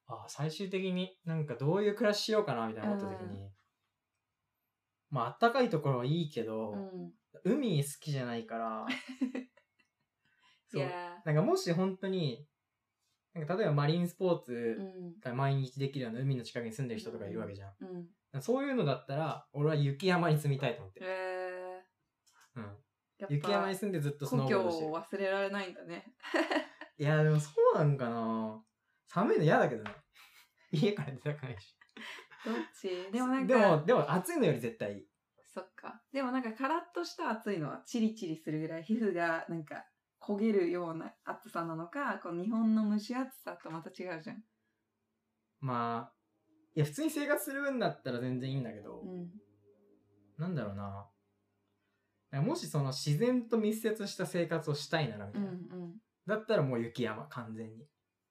あ最終的になんかどういう暮らししようかなみたいな思った時に、まああったかいところはいいけど、うん海好きじゃないから、 <laughs> いそうや。なんかもし本当に、なんか例えばマリンスポーーうツんが毎日できるような海の近くに住んでる人とかいるわけじゃん。うんそういうのだったら、俺は雪山に住みたいと思ってる。えうん。ーやっぱ雪山に住んでずっとスノ故ーボ郷ードしてるを。忘れられないんだ <laughs> ねいや、でもそうなんかな寒いの嫌だけどね。 <laughs> 家から出たくないし。どっち <laughs> でもなんでかも、でも暑いのより絶対いい。そっかでもなんかカラッとした暑いのはチリチリするぐらい皮膚がなんか焦げるような暑さなのかこの日本の蒸し暑さとまた違うじゃんまあ、いや、普通に生活する分だったら全然いいんだけど、うんなんだろうな。なんかもしその自然と密接した生活をしたいならみうたいんな。うんだったらもう雪山、完全に。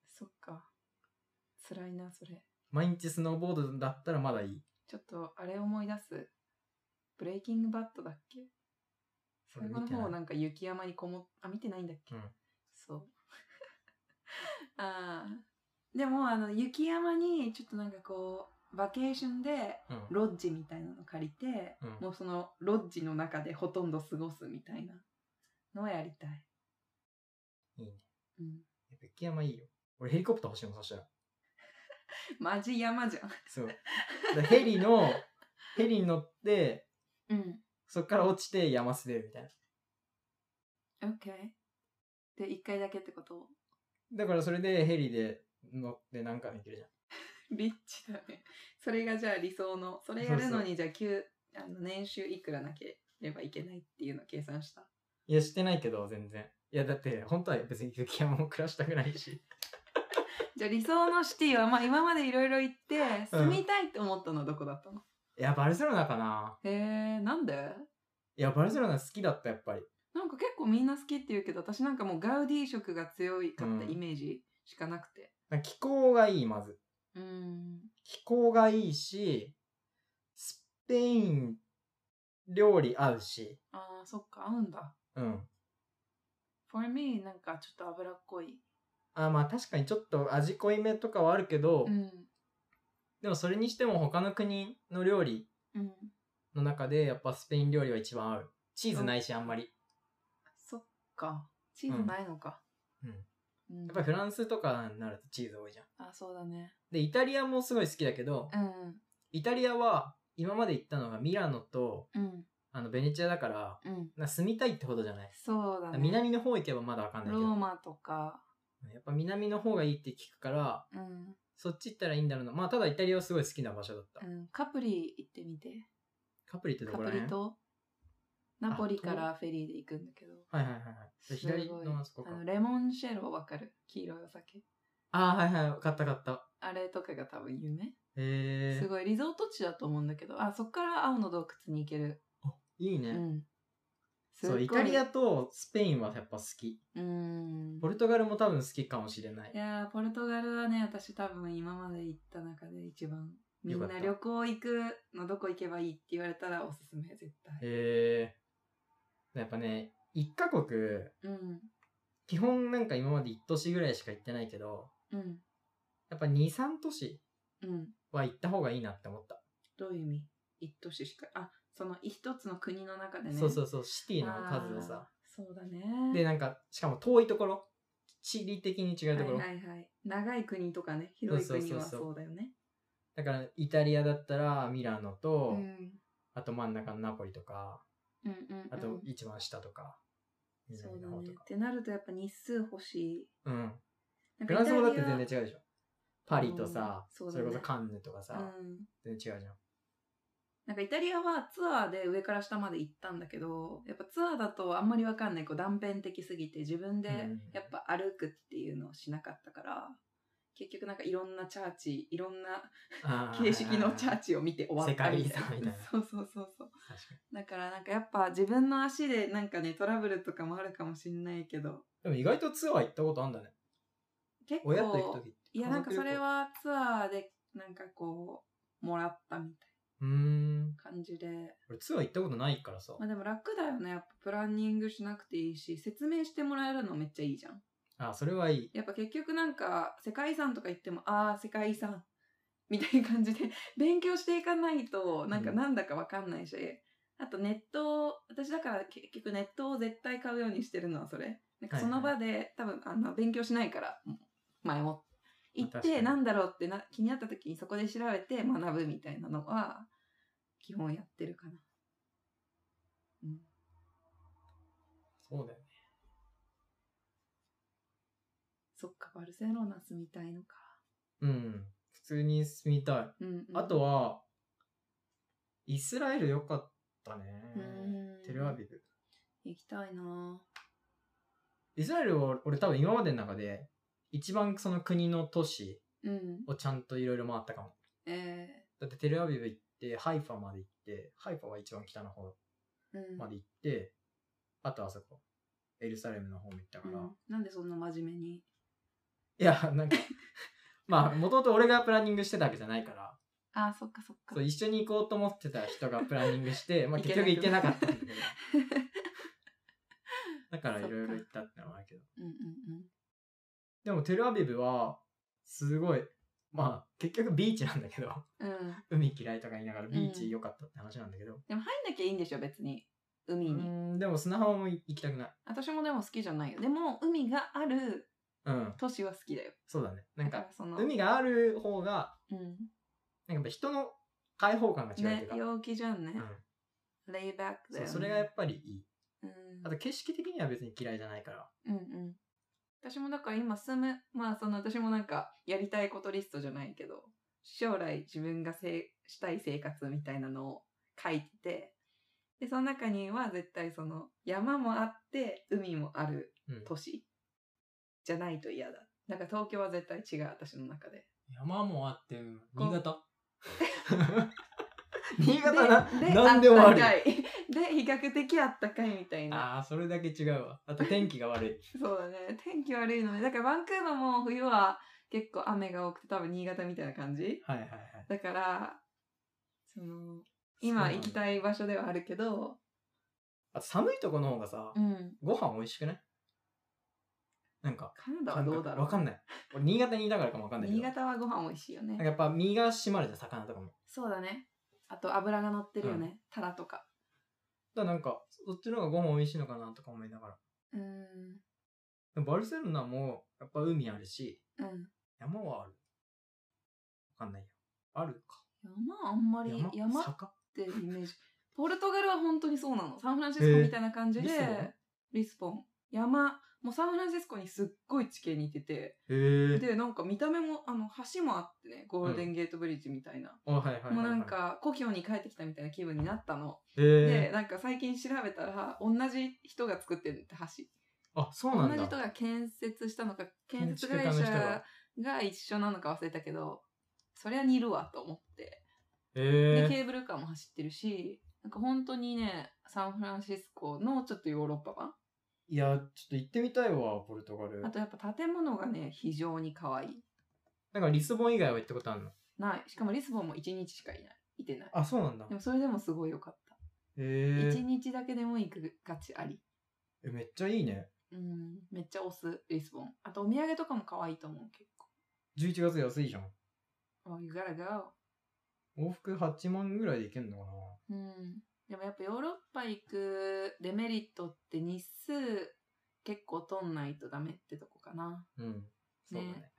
そっか辛いなそれ毎日スノーボードだったらまだいい。ちょっとあれ思い出すブレイキングバットだっけ最後の見てな方いなんか雪山にこもっあ見てないんだっけ、うんそう <laughs> ああでもあの雪山にちょっとなんかこうバケーションでうん。ロッジみたいなの借りて、うんもうそのロッジの中でほとんど過ごすみたいなのをやりたい。いいね。うん、やっぱ雪山いいよ。俺ヘリコプター欲しいもん、そしたら。マジ山じゃん。そう。だヘリの、ヘリに乗って、 <laughs> うん。そっから落ちて山滑るみたいな。 OK。で、一回だけってことだからそれでヘリで乗ってなんかできるじゃん。 <laughs> リッチだね。それがじゃあ理想の、それやるのにじゃあ給あの年収いくらなければいけないっていうのを計算した。いや、してないけど、全然。いや、だって、本当は別に雪山も暮らしたくないし。じゃあ理想のシティは、まあ今までいろいろ行って、う住んみたいって思ったのはどこだったの、いや、バルセロナかな。へえ、なんでいや、バルセロナ好きだった、やっぱり。なんか結構みんな好きって言うけど、私なんかもうガウディ色が強かったうんイメージしかなくて。なんか気候がいい、まず。うん。気候がいいし、スペイン料理合うし。ああ、そっか、合うんだ。うん。 for me なんかちょっと脂っこい。あ、まあ確かにちょっと味濃いめとかはあるけど、うん。でもそれにしても他の国の料理うん。の中で、やっぱスペイン料理は一番合う。チーズないし、あんまり。そっか。チーズないのか。うんうん。やっぱりフランスとかになるとチーズ多いじゃん。あ、そうだね。で、イタリアもすごい好きだけど、うん。イタリアは今まで行ったのがミラノとうん。あのベネチアだから、うん。な住みたいってほどじゃない。そうだね。南の方行けばまだわかんないロけーマとか。ど、やっぱ南の方がいいって聞くから、うん。そっち行ったらいいんだろうな。まあただイタリアはすごい好きな場所だった。うん。カプリ行ってみて。カプリってどカこらプリ辺はい島。ナポリからフェリーで行くんだけど。はいはいはい。すごい左のあそこかあ。のレモンシェロわかる黄色いお酒。ああー、はいはい。わかったわかった。あれとかが多分有名。へすえ。ごいリゾート地だと思うんだけど、あ、そっから青の洞窟に行ける。いいうね。ん。すそごう、いイタリアとスペインはやっぱ好き。うん。ポルトガルも多分好きかもしれないい。やー、ポルトガルはね、私多分今まで行った中で一番、みんよかなった旅行行くのどこ行けばいいって言われたらおすすめ、絶対。へえ。やっぱね、一カ国、うん。基本なんか今まで1都市ぐらいしか行ってないけど、うん。やっぱ2、3都市うん。は行った方がいいなって思った。どういう意味一都市しか、あ、その一つの国の中でね。。そうそううそう、シティの数をさ。。そうだね。で、なんか、しかも遠いところ。地理的に違うところ。はいはいはい。長い国とかね、広いそうそう国そうはそうそうだよね。だから、イタリアだったらミラノと、うん。あと真ん中のナポリとか、うんうんうん。あと一番下とか、そう南だの方ね。とっか。てなるとやっぱ日数欲しい。うん。なんフかランイスタリアもだって全然違うでしょ。パリとさ、うんそうそだねれこそカンヌとかさ、うん。全然違 <laughs> うじゃん。なんかイタリアはツアーで上から下まで行ったんだけど、やっぱツアーだとあんまりわかんない、こう断片的すぎて自分でうんやっぱ歩くっていうのをしなかったから、結局なんかいろんなチャーチ、いろんなあー形式のチャーチを見て終わった世界遺産みたいな <laughs> そうそうそうそう。確かにだからなんかやっぱ自分の足でなんかね、トラブルとかもあるかもしんないけど、でも意外とツアー行ったことあんだね。結構、親と行くときって。いや家なん族か旅行それはツアーでなんかこう、もらったみたいうん。な感じで。俺ツアー行ったことないからさまあでも楽だよね。やっぱプランニングしなくていいし、説明してもらえるのめっちゃいいじゃん。あそれはいいやっぱ結局なんか、世界遺産とか言っても、ああ、世界遺産。みたいな感じで、勉強していかないと、なんかうんなんだかわかんないし、あとネットを、私だから結局ネットを絶対買うようにしてるのはそれ。なんかはいそはのい場で、多分、あの、勉強しないから、前も。行っ確かて、になんだろうってな気になった時にそこで調べて学ぶみたいなのは、基本やってるかな。うん。そうだよねそっか、バルセロナ住みたいのか。うん普通に住みたういん、うんあとはイスラエル良かったねうんテルアビブ行きたいなイスラエルを俺多分今までの中で一番その国の都市ぁうん。をちゃんといろいろ回ったかもえだってテルアビブ行ってハイファまで行ってハイファは一番北の方ーうんまで行って、あとあそこエルサレムの方も行ったから、うんなんでそんな真面目に。いや、なんか、 <laughs> まあ、もともと俺がプランニングしてたわけじゃないから、あー、そっかそっか。そう、一緒に行こうと思ってた人がプランニングして、まあ行け結なく局行けなかった <laughs> んだけど。だからいろいろ行ったってのはあるけど。うんうんうん。でもテルアビブは、すごい、まあ結局ビーチなんだけど、 <laughs> うん、海嫌いとか言いながらビーうんチ良かったって話なんだけど、でも入んなきゃいいんでしょ別に海うに、ん、でも砂浜も行きたくない。私もでも好きじゃないよでも海があるうん、都市は好きだよそうだね。なだんかか、らその海がある方が、うんなんかやっぱ人の開放感が違うといねうか、陽気じゃんね、うん、レイバックだそよ、うね、それがやっぱりいい。うんあと景色的には別に嫌いじゃないから。うんうん私もだから今住むまあその私もなんかやりたいことリストじゃないけど将来自分がせいしたい生活みたいなのを書いててでその中には絶対その山もあって海もあるうん都市じゃないと嫌だなんか東京は絶対違う私の中で山もあって、こう新潟 <laughs> 新潟なで、で何でもあっるた。かいで比較的あったかいみたいなああ、それだけ違うわ。あと天気が悪い。そうだね天気悪いのでだからバンクーバーも冬は結構雨が多くて多分新潟みたいな感じ <laughs> はいはいはい。だからその今行きい。たい場所ではあるけどあと寒いとこの方がさう、んご飯美味しくないなんか、カナダはどうだ感覚ろわうかんない。俺、新潟にいたからかもわかんないけ新ど。潟はご飯美味しいよなんかねやっぱ身が締まるじゃん、魚とかも。そうだねあと油が乗ってるよね、タラとかだからなんか、そっちの方がご飯美味しいのかなとか思いながら。うんでもバルセロナも、やっぱ海あるし、うん山はある。わかんないよ。あるか。山あんまり山っ坂てイメージポルトガルは本当にそうなのサンフランシスコみたいな感じで、へーリスポン山もうサンフランシスコにすっごい地形似ててへえ。でなんか見た目もあの橋もあってねゴールデンゲートブリッジみたいな、あはいはいはいはい、もうなんか故郷に帰ってきたみたいな気分になったのへでえなんか最近調べたら同じ人が作ってるって橋あそう同なんじだ人が建設したのか建建設築家会の人社がが一緒なのか忘れたけどそりゃ似るわと思ってでへえケーブルカーも走ってるしなんか本当にねサンフランシスコのちょっとヨーロッパ版いやちょっと行ってみたいわポルトガルあとやっぱ建物がね非常に可愛いなんかリスボン以外は行ったことあるのないしかもリスボンも1日しかいないいてないあそうなんだでもそれでもすごい良かったへ1日だけでも行く価値ありええめっちゃいいねうん、めっちゃ押す、リスボン。あと、お土産とかも可愛いと思う、結11月安いじゃん構。Oh, you gotta go. 往復8万ぐらいで行けんのかなうん。でもやっぱヨーロッパ行くデメリットって日数結構取んないとダメってとこかな。うんそうだねね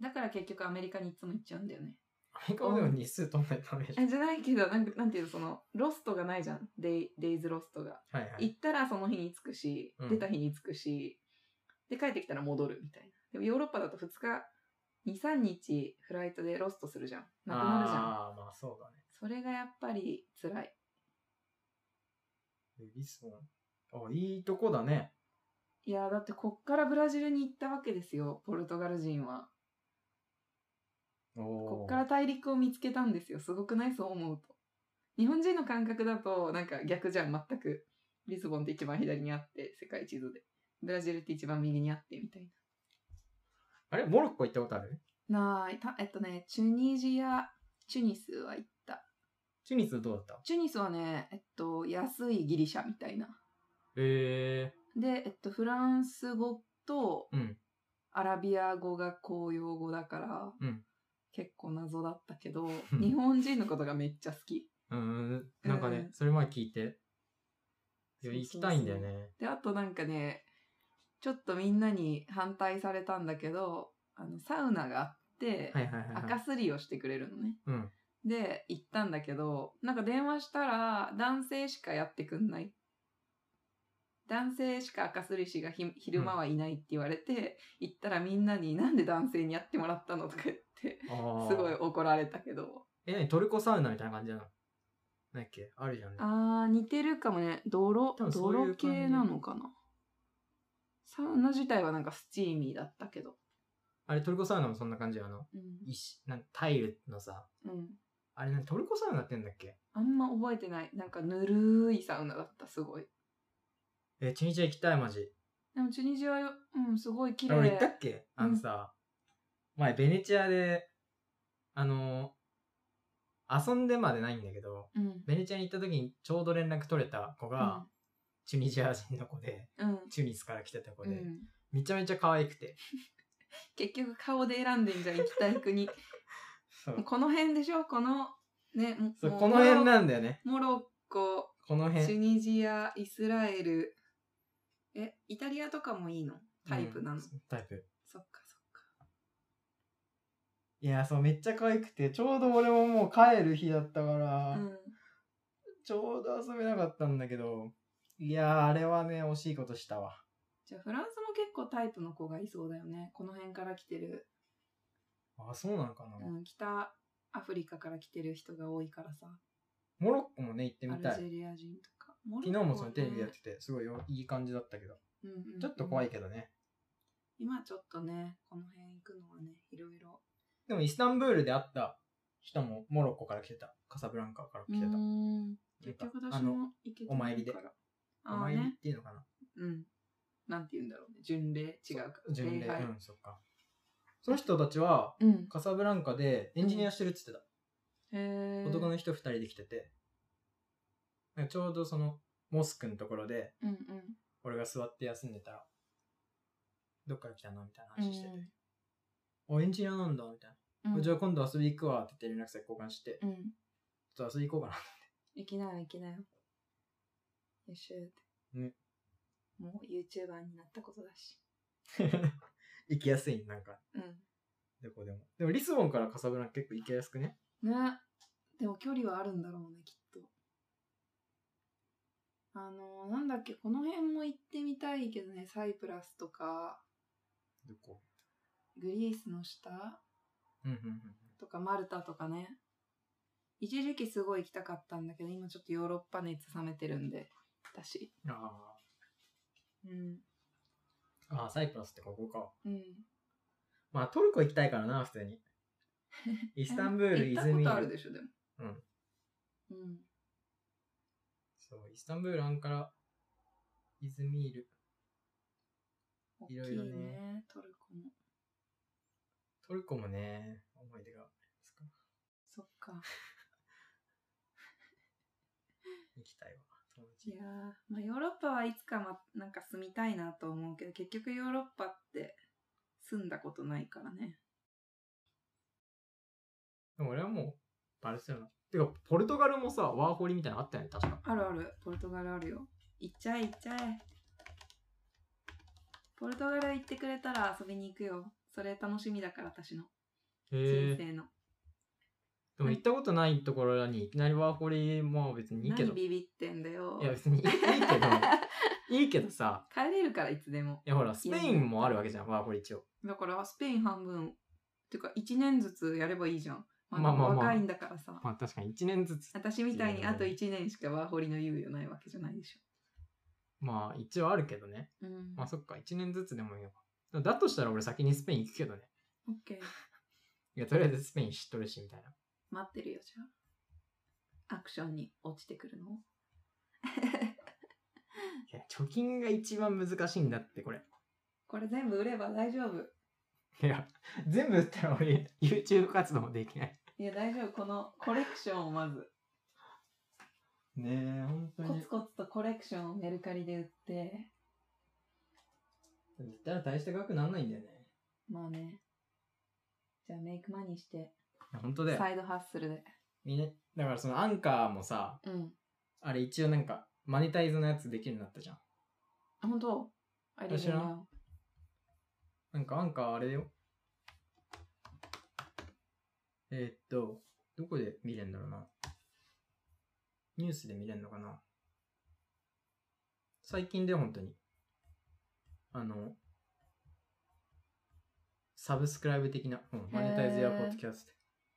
だから結局アメリカにいつも行っちゃうんだよね。アメリカはでも日数取んないとダメでしょえじゃないけど、なんかなんていうの、その、ロストがないじゃん。デイデイズロストが。はいはい行ったらその日に着くし、うん出た日に着くし、で、帰ってきたら戻るみたいな。でもヨーロッパだと2日、2、3日フライトでロストするじゃん。なくなるじゃん。ああまあそうだねそれがやっぱり辛い。リスボンあいいとこだねいやーだってこっからブラジルに行ったわけですよ、ポルトガル人は。おこおっから大陸を見つけたんですよ。すごくないそう思うと。日本人の感覚だとなんか逆じゃん、全く。リスボンって一番左にあって、世界地図で。ブラジルって一番右にあって、みたいあれモロッコ行ったことあるな。なーい。たえっとね、チュニジア、チュニスは行った。チチュニスどうだったチュニスはね、えっと、安いギリシャみたいな。えで、えっと、フランス語とー、うん。アラビア語が公用語だから、うん結構謎だったけど、日本人のことがめっちゃ好き。うーん、なんかねう、んそれ前聞いて。いそや、うそうそう行きたいんだよね。で、あとなんかね、ちょっとみんなに反対されたんだけど、あの、サウナがあって、はいはいはいはい。赤すりをしてくれるのね。うん。で、行ったんだけど、なんか電話したら、男性しかやってくんない。男性しか赤すり師がひ昼間はいないって言われて、行ったらみんなになんで男性にやってもらったのとか言って、あーすごい怒られたけど。え、何トルコサウナみたいな感じなのなんだっけあるじゃんね。あー、似てるかもね。泥、多分そういう泥感じ系なのかな。サウナ自体はなんかスチーミーだったけど。あれ、トルコサウナもそんな感じよあの、うん。石、なんタイルのさ、うん。あれ何トルコサウナってんだっけあんま覚えてない。なんかぬるいサウナだった、すごい。え、チュニジア行きたい、マジ。でもチュニジアよ、うん、すごい綺あ麗。俺行ったっけあのさ、前、ベネチアで、あのー遊んでまでないんだけど、うん。ベネチアに行った時にちょうど連絡取れた子が、チュニジア人の子で、うん。チュニスから来てた子うで、ん。めちゃめちゃ可愛くて。結局顔で選んでんじゃん、行きたい国。 <laughs> そう。この辺でしょこの、ね、もそうもこの辺モロなんだよね。モロッコ、このチュ辺。ニジア、イスラエル。え、イタリアとかもいいのタイプなの、うんタイプ。そっかそっか。いや、そう、めっちゃ可愛くて、ちょうど俺ももう帰る日だったから、うん。ちょうど遊べなかったんだけど、いやー、あれはね、惜しいことしたわ。じゃあフランスも結構タイプの子がいそうだよね。この辺から来てる、あ、そうなのかな、うん、北アフリカから来てる人が多いからさ。モロッコもね、行ってみアたい。ルジェリア人とか。昨昨日もそのテレビでやってて、すごいよいい感じだったけど、うんうんうんちょっと怖いけどね。今ちょっとね、この辺行くのはね、いろいろ。でも、イスタンブールで会った人もモロッコから来てた。カサブランカから来てた。うーんなん結か局あ私の、も行けてお参りなでいから。おああ参りっね。ていうのかなうん。なんて言うんだろうね。巡礼違うか。巡礼。礼拝うん、そっか。その人たちは、うん。カサブランカでエンジニアしてるって言ってた。へー男の人2人で来てて、なんかちょうどそのモスクのところでうんうん。俺が座って休んでたらどっから来たのみたいなう話しててん「おエンジニアなんだ」みたいな、じゃあ今度遊び行くわ」って言って連絡先交換 <laughs> してう、ん。ちょっと遊び行こうか行きなよ行きなよ。よっしゅーって。ねもう YouTuber になったことだし。な <laughs> 行きやすいなんかうどこでもでもリスボンからカサブランカ結構行きやすくねん。ね。でも距離はあるんだろうね、きっと。あのなんだっけ、この辺も行ってみたいけどね、サイプラスとか、どこグリースの下うんうんうんとかマルタとかね。一時期すごい行きたかったんだけど、今ちょっとヨーロッパ熱冷めてるんで、私。うんあうん。ーあーサイプラスってここかうん。まあトルコ行きたいからな普通にイスタンブール行イったズこミとあーるルでしょ、でも。うん。うん。そうイスタンブールアンカライズミール大きいいろね、いろねトルコも。トルコもね、思い出がありますかそっか。行きたいわ、友い達やー、まあヨーロッパはいつかま、なんか住みたいなと思うけど、結局ヨーロッパって住んだことないからね。でも俺はもう、バルセロナ。てか、ポルトガルもさ、ワーホリみたいなのあったよね、確か。あるある、ポルトガルあるよ。行っちゃえ行っちゃえ。ポルトガル行ってくれたら遊びに行くよ。それ楽しみだから、私の人へえ。生の。でも行ったことないところに、いきなりワーホリも別にいいけ何ど。いビビってんだよ。や、別にいいいいけど、いいけどさ、 <laughs> 帰れるから、いつでも。いやほら、スペインもあるわけじゃん、ワーホリ一応。だから、スペイン半分、っていうか、1年ずつやればいいじゃん。まだまあまあまあ若いんだからさ。まあ確かに1年ずつ。私みたいにあと1年しかワーホリの猶予ないわけじゃないでしまあ一応あるけどね。ょ。うんまあそっか、1年ずつでもいいのか。だとしたら俺先にスペイン行くけどね。オッケー。いや、とりあえずスペイン知っとるし、みたいな。待ってるよ、じゃあ。アクションに落ちてくるのいや、貯金が一番難しいんだって、これ。これ全部売れば大丈夫。いや、全部売ったら俺、YouTube 活動もできない。いや、大丈夫。このコレクションをまず。ねえ、本当コにツ。コツとコレクションをメルカリで売って言ったら大した額なんないんだよね。まあねじゃあメイクマニーしていや本当だよサ。イドハッスルでみんな、だからそのアンカーもさ、うんあれ一応なんか、マネタイズのやつできるようになったじゃん。あ本当あ知らんなんかアンカーあれだよ。えーっと、どこで見れんだろうな。ニュースで見れんのかな。最近で本当に。あの、サブスクライブ的な、うん、マネタイズやポッドキャスト。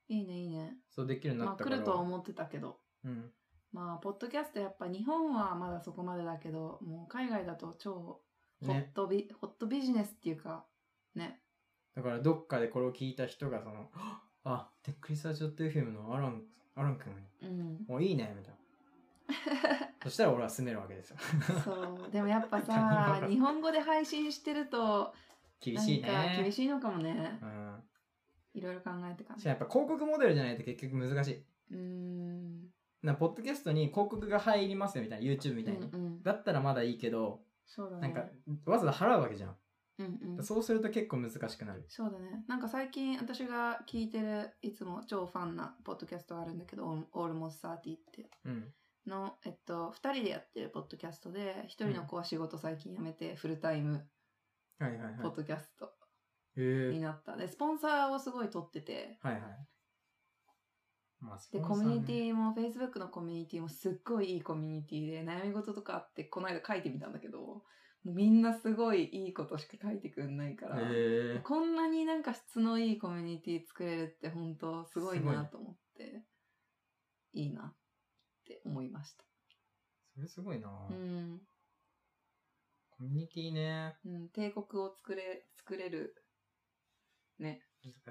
いいねいいねそうできるようになまっあた来から。るとは思ってたけどうん。まあポッドキャストやっぱ日本はまだそこまでだけどもう海外だと超ホッね。トビ、ホットビジネスっていうかねだからどっかでこれを聞いた人がその、あ、テックリサーチ .fm のアラン、アラン君、 <laughs> うんもういいね、みたいな。 <laughs> そしたら俺は住めるわけですよ。 <laughs> そうでもやっぱ他人さは日本語で配信してると厳なんしいね。か厳しいのかもねうん。いろいろ考えてかなしかもやっぱ広告モデルじゃないと結局難しい。うーんなポッドキャストに広告が入りますよみたいな、YouTube みたいに。うんうん、だったらまだいいけど、そうだねなんか、わざわざ払うわけじゃん。うんうん、そうすると結構難しくなる。そうだねなんか最近私が聞いてるいつも超ファンなポッドキャストがあるんだけど「オールモスサーティってうん。の、えっと、2人でやってるポッドキャストで1人の子は仕事最近辞めてフルタイムはいはいはい。ポッドキャストへにーなった、でスポンサーをすごい取っててはいはい。まあ、でスポコンサミューねニティも Facebook のコミュニティもすっごいいいコミュニティで悩み事とかあってこの間書いてみたんだけどもうみんなすごいいいことしか書いてくんないから、へーこんなになんか質のいいコミュニティ作れるって本当すごいすごいなねと思っていいなって思いました。それすごいな、うん、コミュニティね。うん、帝国を作れ作れる難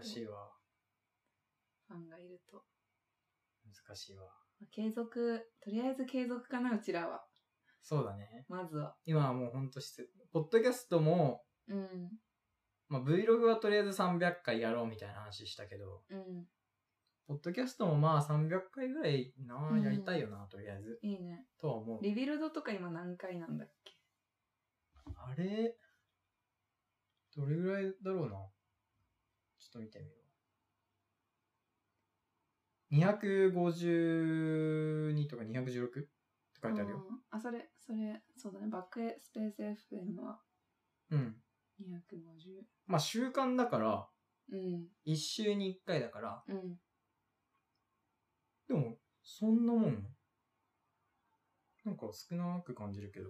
しいわ。ファンがいると、難しいわ。まあ継続とりあえず継続かなうちらはそうだね。まずは。今はもうほんと質。ポッドキャストも、うんまあ、Vlog はとりあえず300回やろうみたいな話したけど、うんポッドキャストもまあ300回ぐらいな、うんやりたいよな、とりあえず。いいね。とは思う。リビルドとか今何回なんだっけあれどれぐらいだろうな。ちょっと見てみよう。252とか 216? って書いてあるよ。うんあそれそれそうだねバックエスペース FM はうん。 250。まあ習慣だから、うん1週に1回だから、うんでも、そんなもん、なんか少なく感じるけど。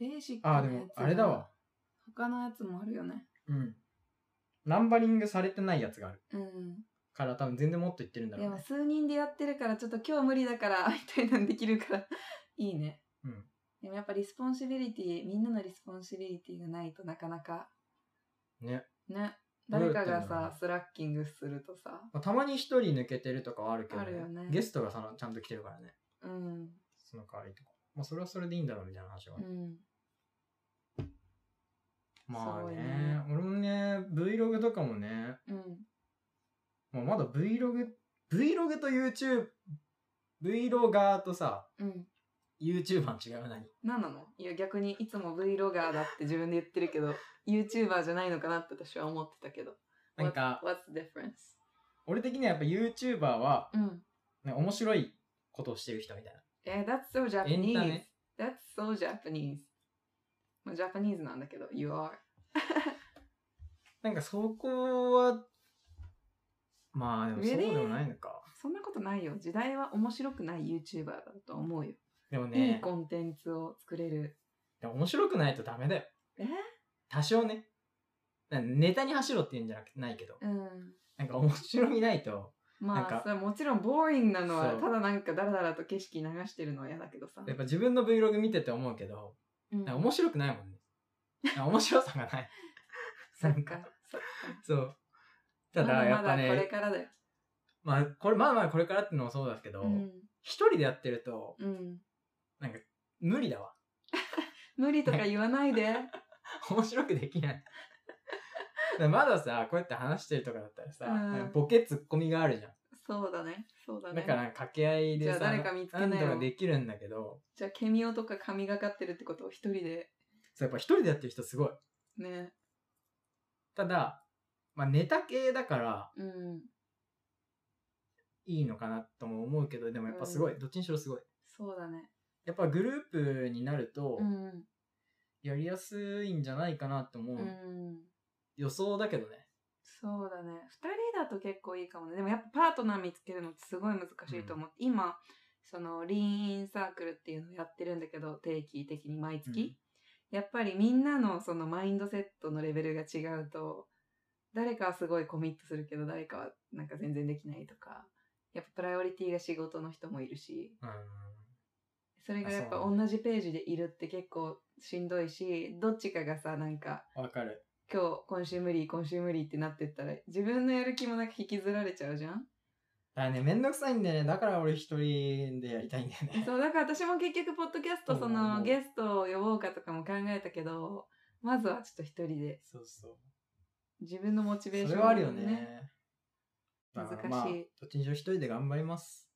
ベーシックあなやあ、でつも、があれだわ。他のやつもあるよね。うん。ナンバリングされてないやつがあるうん。から、多分全然もっといってるんだいろやうまあね。数人でやってるからちょっと今日無理だから <laughs> みたいなんできるから <laughs> いいねうん。でもやっぱリスポンシビリティみんなのリスポンシビリティがないとなかなかね。ねどうや誰ってんかのがさスラッキングするとさまあ、たまに一人抜けてるとかはあるけど、あるよねゲストがそのちゃんと来てるからね。うんその代わりとか。まあ、それはそれでいいんだろうみたいな話はあうる。んますあねごいね俺もね、Vlog とかもね、うんまあ、まだ Vlog、Vlog と YouTube、Vlogger とさ、うん、 YouTuber の違いは何何なのいや逆にいつも Vlogger だって自分で言ってるけど YouTuber じゃないのかなって私は思ってたけどなんか、 What's the difference? 俺的にはやっぱ YouTuber は、うんね、面白いことをしてる人みたいえー、That's so な。エンタ Japanese メ。 That's so Japanese まあ Japanese なんだけど You are なんかそこは、まあでもそう Really？でもないのか。そんなことないよ。時代は面白くない YouTuber だと思うよ。でもいいね、コンテンツを作れる。でも面白くないとダメだよ。え多少ね。なネタに走ろうって言うんじゃなくないけど、うん。なんか面白みないと、なんまかあ、それはもちろんボーリングなのは、そうただなんかダラダラと景色流してるのは嫌だけどさ。やっぱ自分の Vlog 見てて思うけど、うんなんか面白くないもんね。なんか面白さがない。 <laughs> そっなんかか、そっか。そう。ただやっぱまだまだこれね、からだよ。まあこれ、まあまあこれからってのもそうですけどう、ん。一、人でやってると、うん。なんか無理だわ。 <laughs> 無理とか言わないで。面白くできない。だからまださ、こうやって話してるとかだったらさ、うんなんかボケツッコミがあるじゃん。そうだね。そうだだね。から掛け合いでさじゃあ誰か見つけななよんとかできるんだけどじゃあ、ケミオとか神がかってるってことを一人で。そうやっぱ一人でやってる人すごいね。ただ、まあ、ネタ系だからうん。いいのかなとも思うけどでもやっぱすごい、どっちにしろすごいそうだね。やっぱグループになるとうん。やりやすいんじゃないかなと思う、うん。予想だけどねそうだね。二人だと結構いいかもね。でもやっぱパートナー見つけるのってすごい難しいと思う。今、その、リーンインサークルっていうのやってるんだけど、定期的に毎月。やっぱりみんなのそのマインドセットのレベルが違うと、誰かはすごいコミットするけど、誰かはなんか全然できないとか、やっぱプライオリティが仕事の人もいるし、うんそれがやっぱあそう同じページでいるって結構しんどいし、どっちかがさ、なんか、わかる今日今週無理今週無理ってなってったら自分のやる気もなんか引きずられちゃうじゃんだからねめんどくさいんだよねだから俺一人でやりたいんだよねそうだから私も結局ポッドキャストそうんうのんゲストを呼ぼうかとかも考えたけどまずはちょっと一人でそうそう自分のモチベーションそれはあるよね難しいだからまあどっちにしろ一人で頑張ります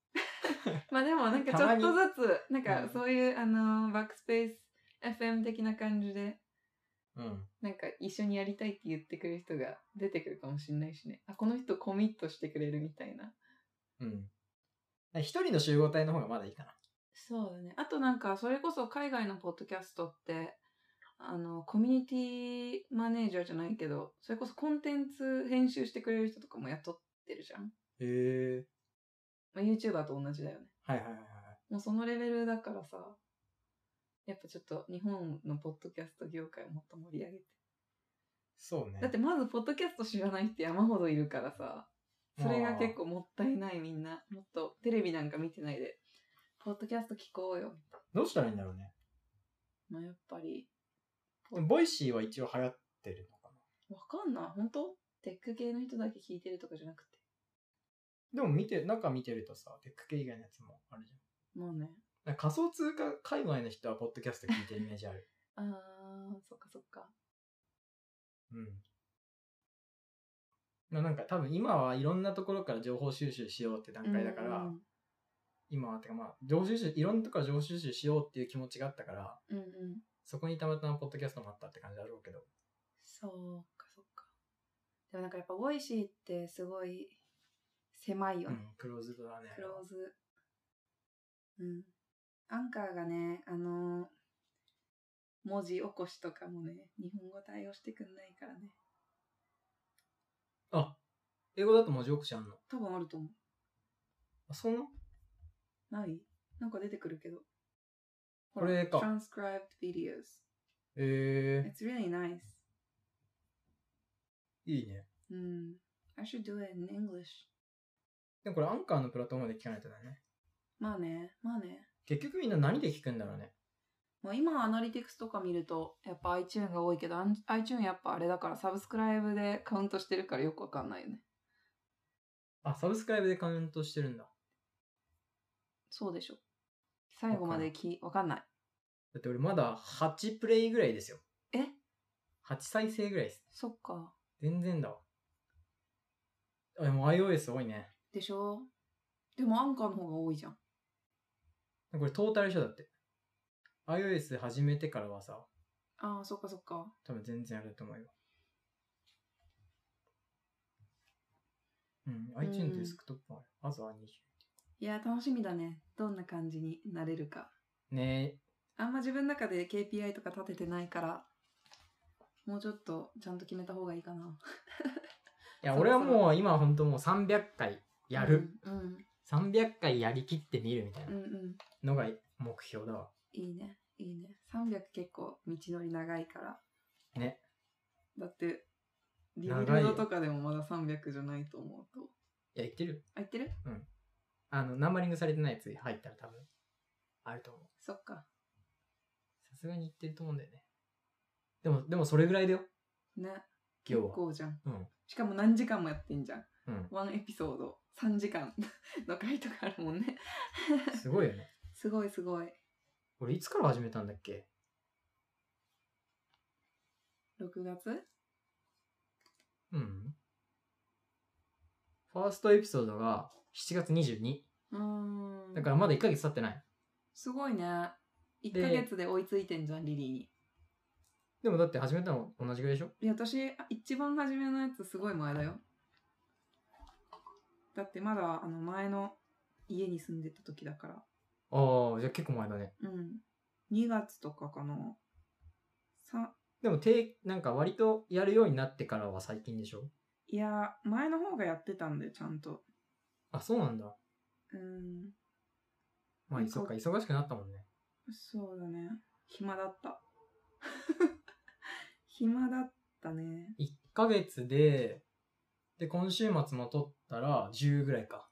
まあでもなんかちたょまっにとずつなんうかんそういう、あのーバックスペース FM 的な感じでうんなんか一緒にやりたいって言ってくれる人が出てくるかもしれないしねあこの人コミットしてくれるみたいなうん一人の集合体の方がまだいいかなそうだね。あとなんか、それこそ海外のポッドキャストって、あの、コミュニティマネージャーじゃないけど、それこそコンテンツ編集してくれる人とかも雇ってるじゃん。へえまあ、YouTuber と同じだよね。はいはいはいはいもうそのレベルだからさ、やっぱちょっと日本のポッドキャスト業界をもっと盛り上げて。そうねだってまずポッドキャスト知らない人山ほどいるからさ、それが結構もったいないみんな。もっとテレビなんか見てないで、ポッドキャスト聞こうよ。どうしたらいいんだろうねまあ、やっぱり、でもボイシーは一応流行ってるのかわかんない。本当テック系の人だけ聞いてるとかじゃなくて。なでも見て中見てるとさテック系以外のやつもあるじゃんもうね。なんか仮想通貨界隈の人はポッドキャスト聞いてるイメージある <laughs> あー、そっかそっか。うんななんか多分今はいろんなところから情報収集しようって段階だから、うん今はてかまあ情報収集いろんなところから情報収集しようっていう気持ちがあったからうんうん。そこにたまたまポッドキャストもあったって感じだろうけどそうかそっか。でもなんかやっぱ、ボイシーってすごい狭いようね。んクローズドだねクローズ。うん。アンカーがね、あのー文字起こしとかもね、日本語対応してくんないからね。あ英語だと文字起こしあんの多分あると思あそんなう。ないなんか出てくるけど。これかほら transcribed videos. え It's really nice. ー、いいねうん。I should do it in English. でもこれアンカーのプラットフォームで聞かないとだよねまあね、まあね。結局みんな何で聞くんだろうねまあ今はアナリティクスとか見ると、やっぱ iTune が多いけど、アン iTune やっぱあれだからサブスクライブでカウントしてるからよくわかんないよね。あサブスクライブでカウントしてるんだそうでしょ。最後までき、わかんない。だって俺まだ8プレイぐらいですよ。え ?8 再生ぐらいです。そっか。全然だわ。あ、でも iOS 多いね。でしょでもアンカーの方が多いじゃん。これトータル一緒だって。iOS 始めてからはさ、ああ、そっかそっか。多分全然あれだと思うよ。うん、iTunes デスクトップもある。あとは20。いやー、楽しみだね。どんな感じになれるか。ねえ、あんま自分の中で KPI とか立ててないから、もうちょっとちゃんと決めた方がいいかな。いや、そう俺はもう今ほんともう300回やる。。うん、うん300回やりきってみるみたいうんなうん。のが目標だわ。いいね。いいね。300結構道のり長いから。ね。だって、リビ長ルいよドとかでもまだ300じゃないと思うと。いや、言ってるあ、言ってるあの、ナンバリングされてないやつ入ったら多分、あると思う。そっか。さすがに言ってると思うんだよね。でも、でもそれぐらいだよ、ね。今結日は。構じゃん。うん。しかも何時間もやってんじゃん。うん。ワンエピソード3時間 <laughs> の回とかあるもんね。すごいよね。 <laughs> すごいすごい。俺、いつから始めたんだっけ6月うん。ファーストエピソードが、 7月22。うーんだからまだ1ヶ月経ってない。すごいね1でヶ月で追いついてんじゃんリリーにでもだって始めたの同じぐらいでしょいや私あ一番初めのやつすごい前だよだってまだあの前の家に住んでた時だからああ、じゃあ結構前だね。うん2月とかかなさでも、て、なんか割とやるようになってからは最近でしょいや前の方がやってたんだよちゃんとあ、そうなんだ。うんまあ、そっか、忙しくなったもんね。そうだね暇だった <laughs> 暇だったね1ヶ月で、で、今週末も取ったら10ぐらいか。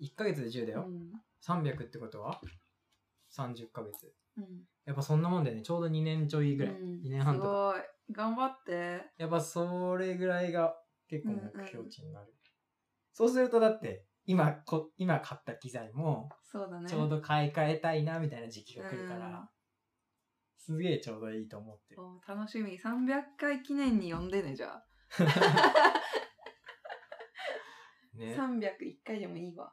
1ヶ月で10だうよ。ん300ってことは ?30 ヶ月。うんやっぱそんなもんだよね。ちょうど2年ちょいぐらい。うん2年半とか。すごい頑張ってやっぱそれぐらいが結構目標値になる。そうするとだって、今こ、今買った機材も、そうだねちょうど買い替えたいなみたいな時期が来るから、うんすげえちょうどいいと思ってる。お楽しみ300回記念に呼んでねじゃあ、ね。 301回でもいいわ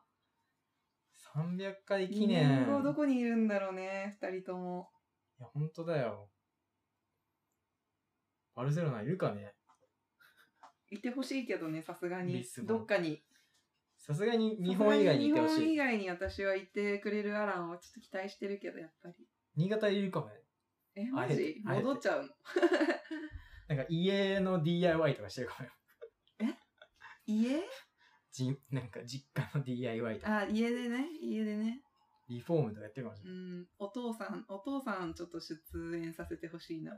300回記記念。い念後どこにいるんだろうね2人ともや、本当だよ。バルセロナいるかねいてほしいけどねさすがリにスボンどっかにさすがに日本以外にいてほさすが日本し以い。外に私はいてくれるアランをちょっと期待してるけどやっぱり新潟いるかもね。えあマえてジあえて戻っちゃうのなんか家の DIY とかしてるかもよ。家じなんか実家の DIY とか、あ家でね家でねリフォームとかやってるかもしれうない。んお父さんお父さんちょっと出演させてほしいな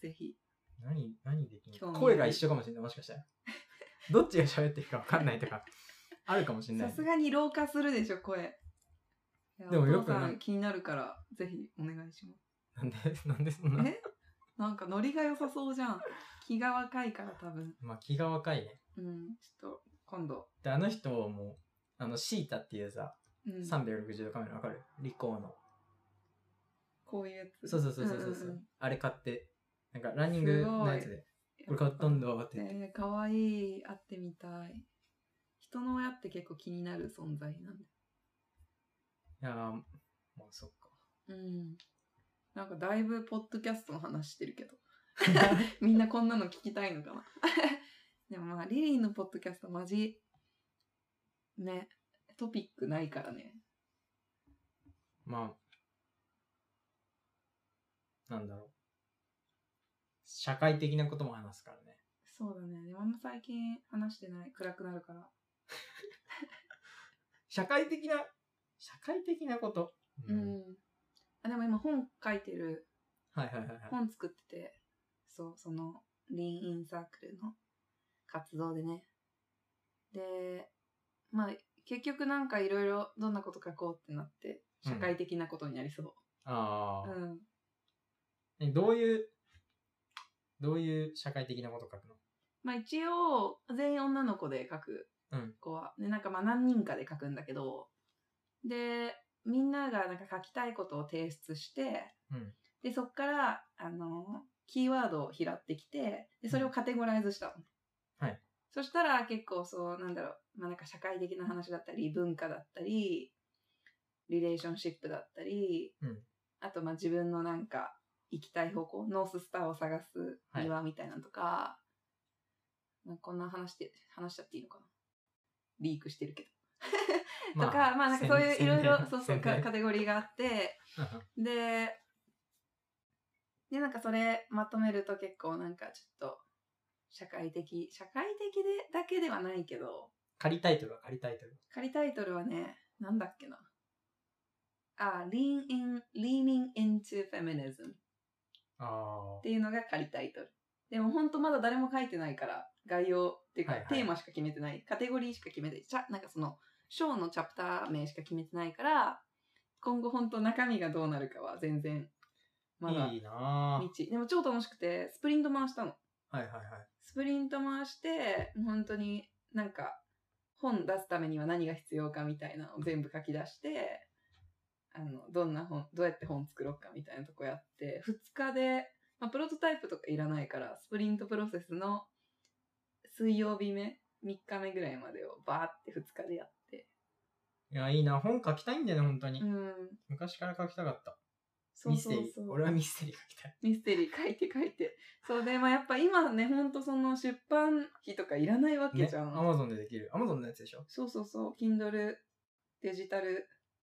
ぜひ何、何でき興ん味のない声が一緒かもしれない、もしかしたら。どっちが喋ってるか分かんないとか、あるかもしれなさい。すがに老化するでしょ声いやでもよおく父なさん気になるからぜひお願いしますなんで、なんでそんな。えなんかノリが良さそうじゃん。気が若いから多分。まあ気が若いね。うん。ちょっと今度。で、あの人も、あの、シータっていうさ、うん、 360度カメラわかるリコーの。こういうやつ。そうそうそうそうそう。んんんあれ買って、なんかランニングのやつで、これ買ったんだって言って。えー、かわいい。会ってみたい。人の親って結構気になる存在なんで。いやー、まあそっ <laughs> か。うん。なんかだいぶポッドキャストの話してるけど。 <laughs> みんなこんなの聞きたいのかな。 <laughs> でもまあ、リリーのポッドキャストマジ、ね、トピックないからね。まあ、なんだろう。社会的なことも話すからね。そうだね。でもあんま最近話してない。暗くなるから。社会的な、社会的なこと。う。ん。あでも今本書いてる、はいはいはいはい。本作ってて、そう、その、リン・イン・サークルの活動でね。で、まあ、結局なんかいろいろどんなこと書こうってなって、社会的なことになりそう。あうあ、ん。えどういう、どういう社会的なこと書くのまあ一応、全員女の子で書くうん子は、で、なんかまあ何人かで書くんだけど、で、みんながなんか書きたいことを提出して、うん。で、そっから、あの、キーワードを拾ってきて、で、それをカテゴライズしたの。はい。そしたら結構そう、なんだろう、まあなんか社会的な話だったり、文化だったり、リレーションシップだったり、うんあとまあ自分のなんか行きたい方向、ノーススターを探すはい庭みたいなのとか、まあこんな話して、話しちゃっていいのかなリークしてるけど。とか、まあなんかそういういろいろ、そうそう、かカテゴリーがあって、で、で、なんかそれまとめると結構なんかちょっと、社会的、社会的で、だけではないけど、仮タイトルは仮タイトル。仮タイトルはね、なんだっけな。あ、lean in, leaning into feminism あっていうのが仮タイトル。でも本当まだ誰も書いてないから、概要っていうかはいはいテーマしか決めてない、カテゴリーしか決めてない、ちゃなんかその、章のチャプター名しか決めてないから、今後本当中身がどうなるかは全然、まだあ。いいなぁ。道でも超楽しくてスプリント回したのはいはいはい。スプリント回して本当になんか本出すためには何が必要かみたいなのを全部書き出してあのどんな本どうやって本作ろうかみたいなとこやって2日で、まあ、プロトタイプとかいらないからスプリントプロセスの水曜日目3日目ぐらいまでをバーって2日でやって。いや、いいな。本書きたいんだよね、本当に。うん。昔から書きたかった。そうミスそうテリー。そう。俺はミステリー書きたい。ミステリー書いて書いて。そうで、まあやっぱ今ね、ほんとその出版費とかいらないわけね、じゃん。アマゾンでできる。アマゾンのやつでしょそうそうそう、Kindle デジタル、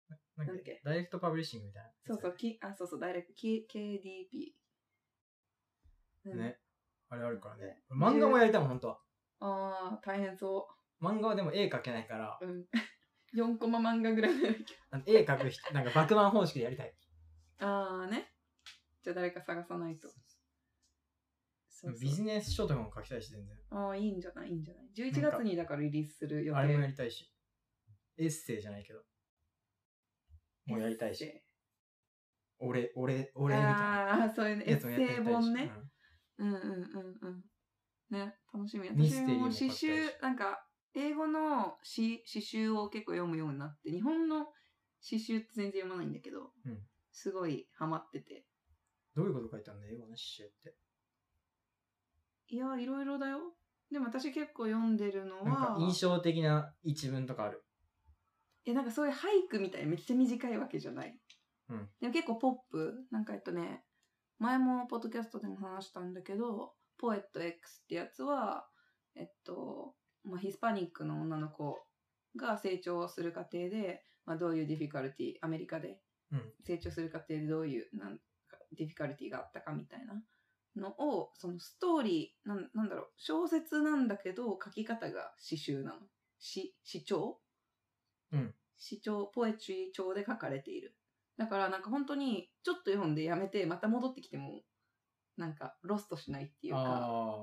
なんだっなんだっけけダイレクトパブリッシングみたいな。そうそう、。きあ、そうそう、ダイレクト、K- KDP。うん、ね。あれあるからねね。漫画もやりたいもん、本当は。ああ、大変そ漫画はでも絵描けないからう。、うん。4コマ漫画ぐらいならいいけあの絵描く <laughs> 人、なんか爆満方式でやりたい。ど。ああね。じゃあ誰か探さないと。そうそうビジネス書とかも書きたいし、全然。ああ、いいんじゃないいいんじゃない ?11 なんか月にだからリリースする予定。あれもやりたいし。エッセイじゃないけど。もうやりたいし。俺、俺、俺みたいな。ああー、そういうね、エやつもッやってみセたイいし本ね。うんうんうんうんうん。ね、楽しみ。ミ私ステリーもも詩集買ったし、なんか、英語の詩詩集を結構読むようになって、日本の詩集って全然読まないんだけど、うんすごいハマってて。どういうこと書いたんだよ、英語の詩集って。いや、いろいろだよ。でも私結構読んでるのなんかは、印象的な一文とかある。いや、なんかそういう俳句みたいにめっちゃ短いわけじゃない。うんでも結構ポップ、なんかえっとね、前もポッドキャストでも話したんだけど、ポエット X ってやつは、えっと、まあ、ヒスパニックの女の子が成長する過程で、まあ、どういうディフィカルティ、アメリカでうん成長する過程でどういうなんかディフィカルティがあったかみたいなのを、そのストーリー、なんなんだろう、小説なんだけど書き方が詩集なの。詩、詩調詩調、ポエチュリー調で書かれている。だからなんか本当にちょっと読んでやめてまた戻ってきてもなんかロストしないっていうか、あ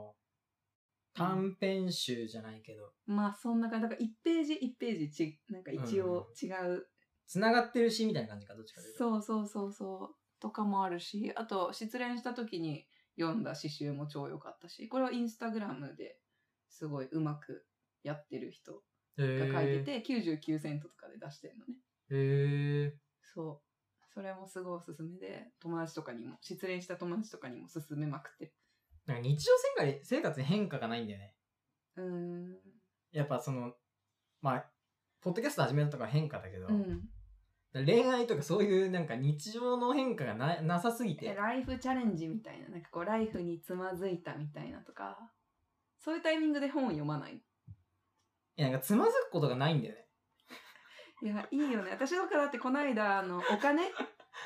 あ。短編集じゃないけど、まあそんな感じ、だから1ページ1ページち、なんか一応違う、繋がってる詩みたいな感じか、どっちかというと。そうそうそうそう、とかもあるし、あと失恋した時に読んだ詩集も超良かったし、これはインスタグラムですごいうまくやってる人が書いてて、99セントとかで出してるのね。へー。へそう。それもすごいおすすめで、友達とかにも、失恋した友達とかにも勧めまくってる。ーなんか日常生活生活に変化がないんだよね。うーん。やっぱその、まあ、ポッドキャスト始めたとか変化だけど、うん。恋愛とかそういうなんか日常の変化がななさすぎて、ライフチャレンジみたいな、なんかこう、ライフにつまずいたみたいなとか、そういうタイミングで本を読まない。いやなんかつまずくことがないんだよね。 <laughs> いや、いいよね。 <laughs> 私とかだってこの間、あの、お金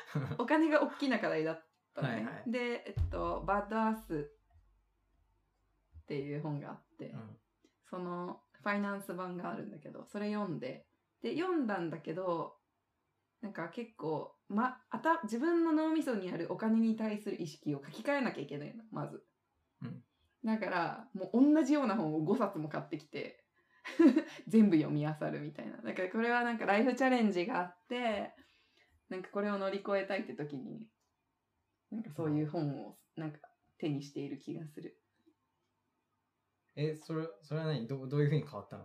<laughs> お金が大きな課題だったのね。はいはで、えっと、バッドアースっていう本があって、うんそのファイナンス版があるんだけどそれ読んでで読んだんだけどなんか結構、ま、あた自分の脳みそにあるお金に対する意識を書き換えなきゃいけないのまず、うんだからもう同じような本を5冊も買ってきて <laughs> 全部読み漁るみたいなだからこれはなんかライフチャレンジがあってなんかこれを乗り越えたいって時になんかそういう本をなんか手にしている気がするえ、それ、それは何どうどういうふうに変わったの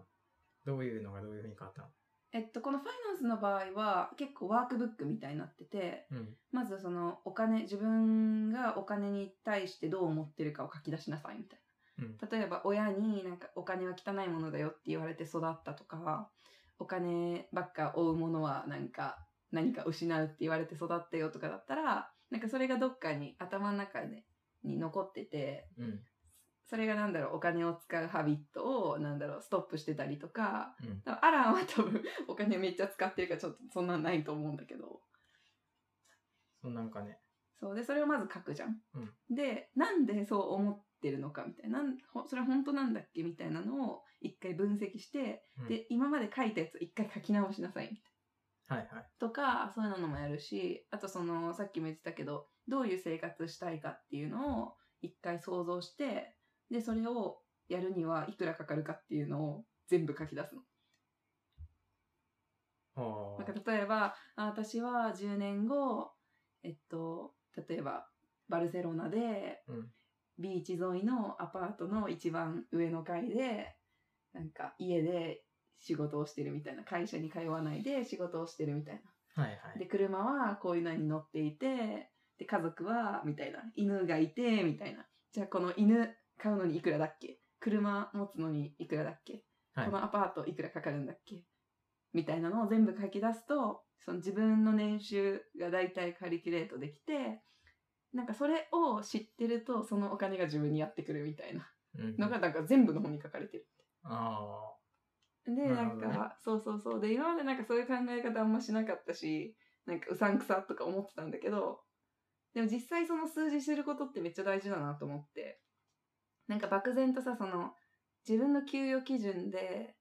どういうのがどういうふうに変わったのえっと、このファイナンスの場合は結構ワークブックみたいになってて、うん。まずそのお金、自分がお金に対してどう思ってるかを書き出しなさいみたいうん。な。例えば親になんかお金は汚いものだよって言われて育ったとか、お金ばっか追うものはなんか何か失うって言われて育ったよとかだったら、なんかそれがどっかに頭の中でに残ってて、うん。それがなんだろう、お金を使うハビットをなんだろう、ストップしてたりとか、うん。多分アランは多分お金めっちゃ使ってるからちょっとそんなんないと思うんだけど。そうなんかね。そうで、それをまず書くじゃん。うんで、なんでそう思ってるのかみたいな、なんほそれ本当なんだっけみたいなのを一回分析して、うんで、今まで書いたやつを一回書き直しなさいみたいな。はいはい。とか、そういうのもやるし、あとその、さっきも言ってたけど、どういう生活したいかっていうのを一回想像して、で、それをやるにはいくらかかるかっていうのを全部書き出すの。はなんか例えば、あ私は10年後、えっと、例えば、バルセロナで、うんビーチ沿いのアパートの一番上の階で、なんか家で仕事をしてるみたいな、会社に通わないで仕事をしてるみたいあ。はいはな。で、い。車はこういうのに乗っていて、で、家族は、みたいな、犬がいて、みたいな。じゃあこの犬買うのにいくらだっけ車持つのにいくらだっけ、はいこのアパートいくらかかるんだっけみたいなのを全部書き出すと、その自分の年収が大体カリキュレートできて、なんかそれを知ってると、そのお金が自分にやってくるみたいなうんのが、なんか全部の本に書かれてる。あで、ななるんほどねか、そうそうそう。で、今までなんかそういう考え方あんましなかったし、なんかうさんくさとか思ってたんだけど、でも実際その数字知ることってめっちゃ大事だなと思って、なんか漠然とさ、その、自分の給与基準で、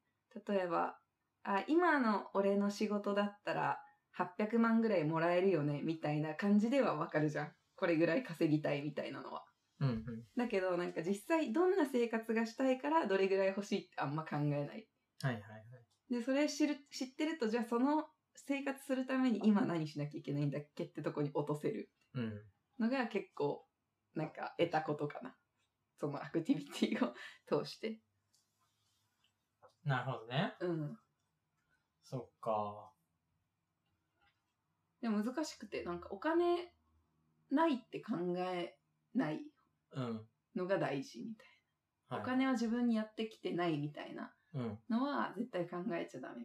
例えば、あ、今の俺の仕事だったら800万ぐらいもらえるよね、みたいな感じではわかるじゃん。これぐらい稼ぎたいみたいなのは。ーうんうんだけど、なんか実際どんな生活がしたいからどれぐらい欲しいってあんま考えない。はいはいはいで、それ知る、知ってると、じゃあその生活するために今何しなきゃいけないんだっけってとこに落とせるうんのが結構、なんか得たことかな。そのアクティビティを通して。なるほどねうん。そっかでも難しくて、なんかお金ないって考えないうんのが大事みたいはな。いお金は自分にやってきてないみたいなうんのは絶対考えちゃダメみ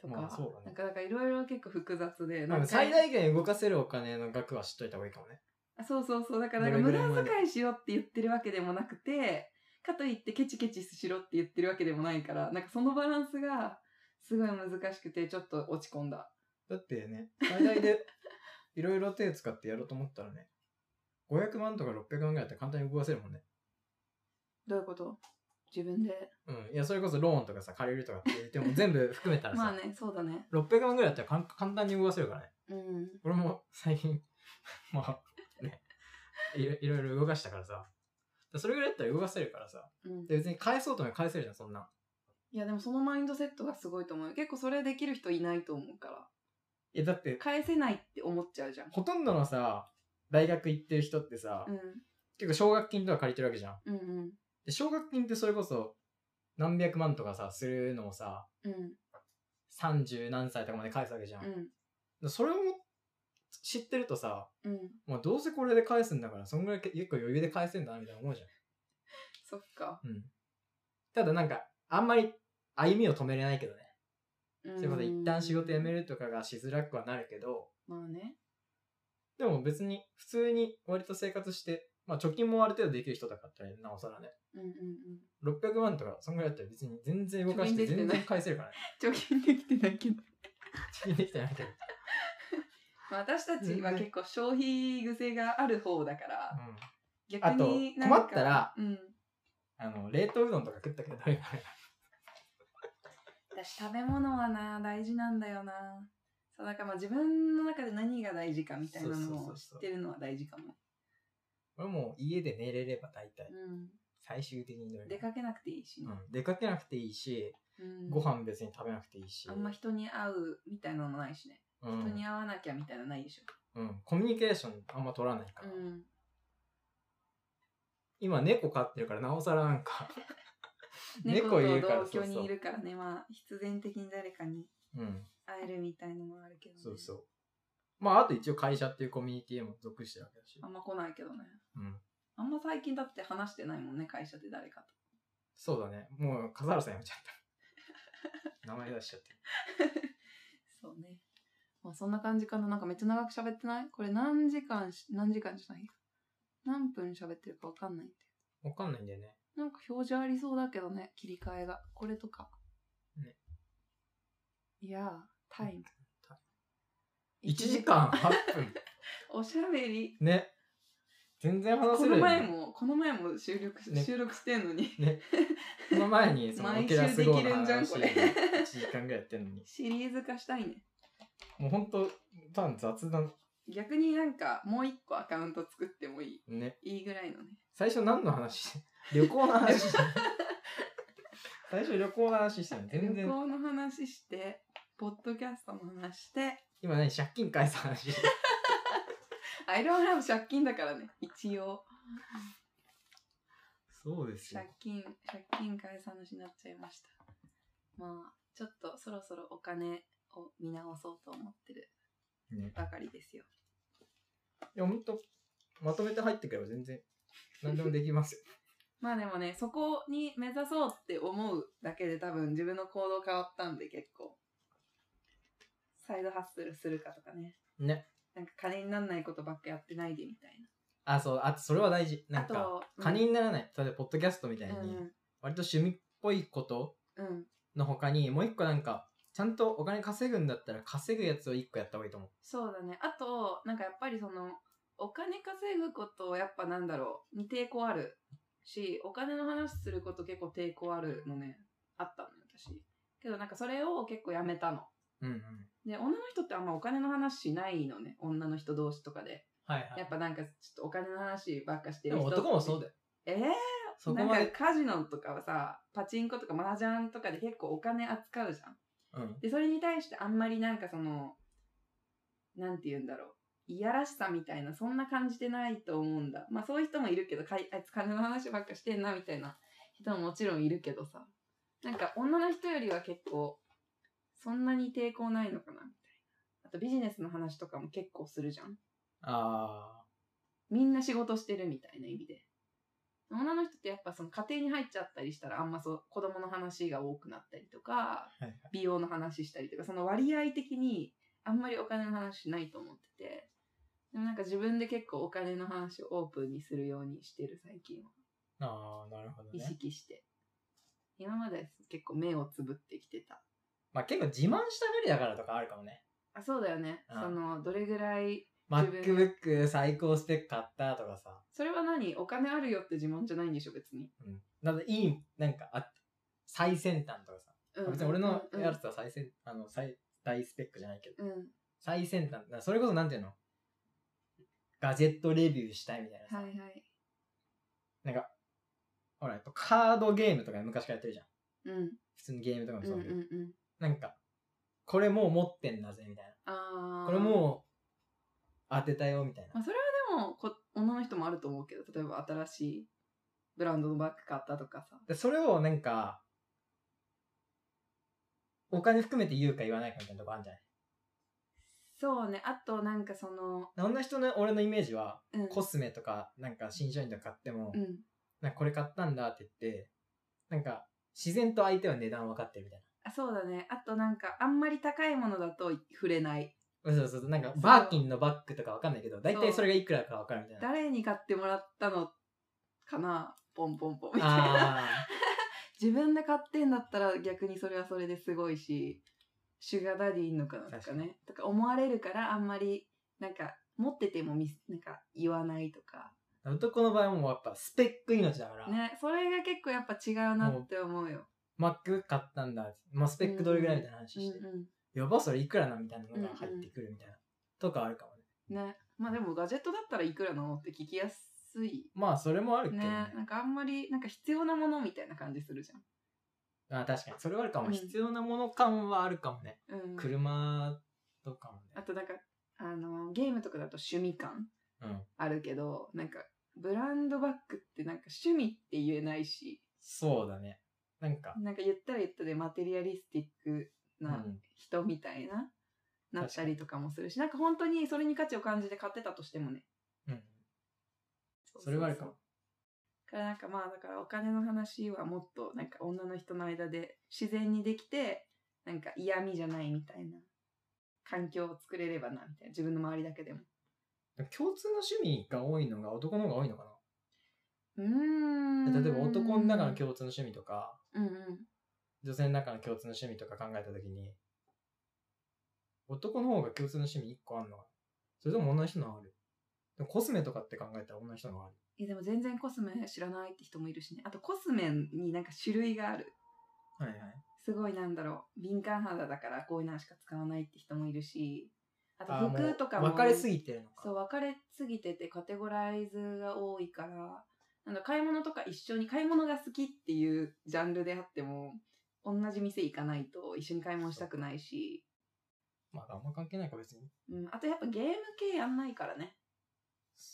たいな。とか、まあそうだねなんかなんかいろいろ結構複雑で。なんなかんか最大限動かせるお金の額は知っといた方がいいかもねあそうそうそう。だから、ど無れぐらい駄まで遣いしろって言ってるわけでもなくて、かといってケチケチしろって言ってるわけでもないから、なんかそのバランスがすごい難しくて、ちょっと落ち込んだ。だってね最 <laughs> 大でいろいろ手使ってやろうと思ったらね500万とか600万ぐらいだったら簡単に動かせるもんねどういうこと自分で。うんいやそれこそローンとかさ借りるとかって言っても全部含めたらさ、 <laughs> まあね、そうだね。 600万ぐらいだったらかん簡単に動かせるからねうん。俺も最近まあねいろいろいろ動かしたからさそれぐらいだったら動かせるからさうん、で別に返そうとも返せるじゃんそんないや、でもそのマインドセットがすごいと思うよ。結構それできる人いないと思うから。いやだって返せないって思っちゃうじゃん。ほとんどのさ大学行ってる人ってさ、うん。結構奨学金とか借りてるわけじゃんうんうん。で奨学金ってそれこそ何百万とかさするのをさうん。 30何歳とかまで返すわけじゃん、うん。でそれを知ってるとさ、うん。まあ、どうせこれで返すんだからそんぐらいけ結構余裕で返せんだなみたいな思うじゃんそっか。うん。ただなんか、あんまり歩みを止めれないけどね。そそういうことで一旦仕事辞める。るとかがしづらくはなるけど、まあね。でも別に普通に割と生活して、まあ貯金もある程度できる人だったらなおさらね。うんうんうん。 600万とか、そんぐらいだったら別に全然動かして貯金できて全ない然返せる <laughs> からね。 <laughs> 貯金できてないけど。貯金できてないけど。まあ私たちは結構消費癖がある方だから、うん。逆になんかあと困ったらうん、あの、冷凍うどんとか食ったけどダメだ <laughs> ね。私食べ物はな大事なんだよなそうだからまあ自分の中で何が大事かみたいなそうそうのそをう知そうってるのは大事かも俺もう家で寝れれば大体、最終的にどうれんぐら出いかけなくていいしね、うん。出かけなくていいし、うんご飯別に食べなくていいし。あんま人に会うみたいなのないしね、うん人に会わなきゃみたいなのないでしょうん、コミュニケーションあんま取らないから、うん今猫飼ってるからなおさらなん <laughs> か猫と猫いるから同居そうそうにいるからねまあ必然的に誰かにうん会えるみたいのもあるけど、ね、そうそうまああと一応会社っていうコミュニティも属してるわけだしあ、んま来ないけどねうん、あんま最近だって話してないもんね会社で誰かとそうだねもう笠原さんやめちゃっ <laughs> た名前出しちゃってそうね。まあそんな感じかな。なんかめっちゃ長く喋ってないこれ何時間し、何時間じゃない何分喋ってるかわかんないんだよるわかんないんだよねなんか表示ありそうだけどね、切り替えが。これとか。ね。いやー、タイム。 1時間8分 <laughs> おしゃべり。ね全然話こせるのよ前ねも、この前も収録し、ね収録してんのに。この前にその毎オケラ週スで号のきるんじゃん話こ1れ時間ぐらいやってるのにシリーズ化したいね。もうほんと多分雑談逆になんかもう一個アカウント作ってもいねい。いいぐらいのね。最初何の話旅行の話してんの <laughs> 最初旅行の話してんの全旅然行の話して、ポッドキャストの話して、今何借金返す話してんのアイロンハム借金だからね、一応。そうですよ借金、借金返さなしになっちゃいました。まあ、ちょっとそろそろお金を見直そうと思ってるねばかりですよ。いやほんとまとめて入ってくれば全然何でもできますよ <laughs> まあでもね、そこに目指そうって思うだけで多分自分の行動変わったんで結構。サイドハッスルするかとかね。ね。なんか金にならないことばっかやってないでみたいあ、そう、あとそれは大事。な。なんあか、と、金にならない。例えば、ポッドキャストみたいうん、に、割と趣味っぽいことうん、うん。の他に、もう一個なんか、ちゃんとお金稼ぐんだったら、稼ぐやつを一個やった方がいいと思う。そうだね。あと、なんかやっぱりその、お金稼ぐことをやっぱなんだろう、に抵抗あるし、お金の話すること結構抵抗あるのね、あったのよ私。けどなんかそれを結構やめたの。うんうん。で、女の人ってあんまお金の話しないのね、女の人同士とかで。はいはい。やっぱなんかちょっとお金の話ばっかしてでるも人男もそうだよ。えそー、こなんまかで。カジノとかはさ、パチンコとか麻雀とかで結構お金扱うじゃん。うん。で、それに対してあんまりなんかその、なんて言うんだろう。いやらしさみたいな、そんな感じてないと思うんだ。まあそういう人もいるけど、かいあいつ金の話ばっかしてんなみたいな人ももちろんいるけどさ。なんか女の人よりは結構、そんなに抵抗ないのかなみたいな。あとビジネスの話とかも結構するじゃん。あみんな仕事してるみたいな意味で。女の人ってやっぱその家庭に入っちゃったりしたらあんまそう子供の話が多くなったりとか、はいはい美容の話したりとかその割合的にあんまりお金の話しないと思っててでもなんか自分で結構お金の話をオープンにするようにしてる最近はあ。ああ、なるほど意ね。識して、今まで結構目をつぶってきてたまあ結構自慢したがりだからとかあるかもね。あそうだよね、うんそのどれぐらい自分 MacBook 最高スペック買ったとかさ。それは何お金あるよって自慢じゃないんでしょ別に、うん。なんかいい、なんかあ、最先端とかさ。うん、別に俺のうんやつは最先、あの、最、大スペックじゃないけど。うん、うん最先端。なそれこそなんていうのガジェットレビューしたいみたいなさ。はいはいなんか、ほら、やっぱカードゲームとか昔からやってるじゃん。うん普通にゲームとかもうんそううんだけど。うんなんか、これもう持ってんだぜ、みたいあな。ーこれもう当てたよ、みたいまなあ、。それはでもこ女の人もあると思うけど例えば新しいブランドのバッグ買ったとかさでそれをなんか、お金含めて言うか言わないかみたいなとこあるんじゃないそうねあとなんかその、女の人の俺のイメージは、うん、コスメとか、なんか新商品とか買っても、うんなんかこれ買ったんだって言って、なんか、自然と相手は値段分かってるみたいあそうだねあとなんかあんまり高いものだと触れないな。そうそうそう。なんか、うバーキンのバッグとか分かんないけど、大体それがいくらか分かるみたいな。誰に買ってもらったのかなポンポンポンみたいなあ自分で買ってんだったら逆にそれはそれですごいしシュガーダディいんのかなとか確かねとか思われるからあんまりなんか持っててもみなんか言わないとかあ。男の場合はもうやっぱスペック命だから、ね、それが結構やっぱ違うなって思うよ。 Mac 買ったんだって。まあ、スペックどれぐらいみたいな話うんして。うやば、それいくらなみたいなのが入ってくるみたいな。とかあるかもね。ん。ね。まあでもガジェットだったらいくらなのって聞きやすい。まあ、それもあるけどね。ね。なんかあんまり、なんか必要なものみたいな感じするじあ確かにそれはあるかも、うん必要なもの感はあるかもね、ゃん。うん。車とかもあねとなんか、あの、ゲームとかだと趣味感うんあるけど、なんか、ブランドバッグってなんか趣味って言えないし、そうだねなんか、なんか言ったら言ったでマテリアリスティックうなん人みたいな、なったりとかもするし、なんか本当にそれに価値を感じて買ってたとしてもね。うん、うううそれはあるかもからなんかまあだからお金の話はもっとなんか女の人の間で自然にできてなんか嫌味じゃないみたいな環境を作れればなみたいな自分の周りだけでも共通の趣味が多いのが男の方が多いのかうーんな例えば男の中の共通の趣味とかうんうん女性の中の共通の趣味とか考えた時に男の方が共通の趣味1個あんのかなそれとも女の人の方があるでもコスメとかって考えたら女の人の方があるいやでも全然コスメ知らないって人もいるしねあとコスメになんか種類があるはいはいすごいなんだろう敏感肌だからこういうのしか使わないって人もいるしあとあー服とかもう分かれすぎてるのかそう、分かれすぎててカテゴライズが多いから、なんだ買い物とか一緒に、買い物が好きっていうジャンルであっても、同じ店行かないと一緒に買い物したくないし、まああんま関係ないか別にうん、あとやっぱゲーム系やんないからね。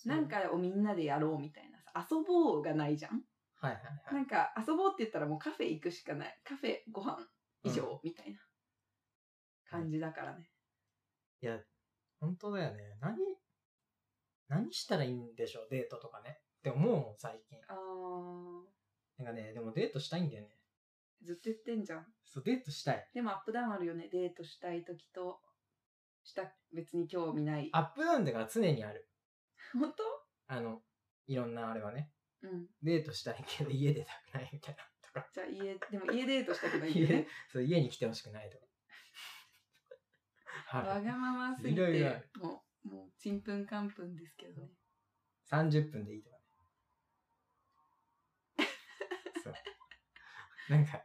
なんかをみんなでやろうみたいなさ、遊ぼうがないじゃん。はいはいはいなんか遊ぼうって言ったらもうカフェ行くしかない。カフェ、ご飯、以上、みたいな感じだからね。いや、本当だよね。何、何したらいいんでしょう、デートとかね。って思うもん、最近。あーなんかね、でもデートしたいんだよね。ずっと言ってんじゃん。そう、デートしたい。でもアップダウンあるよね。デートしたい時と、した、別に興味ない。アップダウンだから常にある。本あの、いろんなあれはね。当うん。デートしたいけど家出たくないみたいなとか。じゃあ家、でも <laughs> 家デートしたくないよ家ね。、そう、家に来てほしくないとか。わはい。がまますぎて、いろいろあるもう、もう、ちんぷんかんぷんですけどね。 30分でいいとかね。そう。なんか、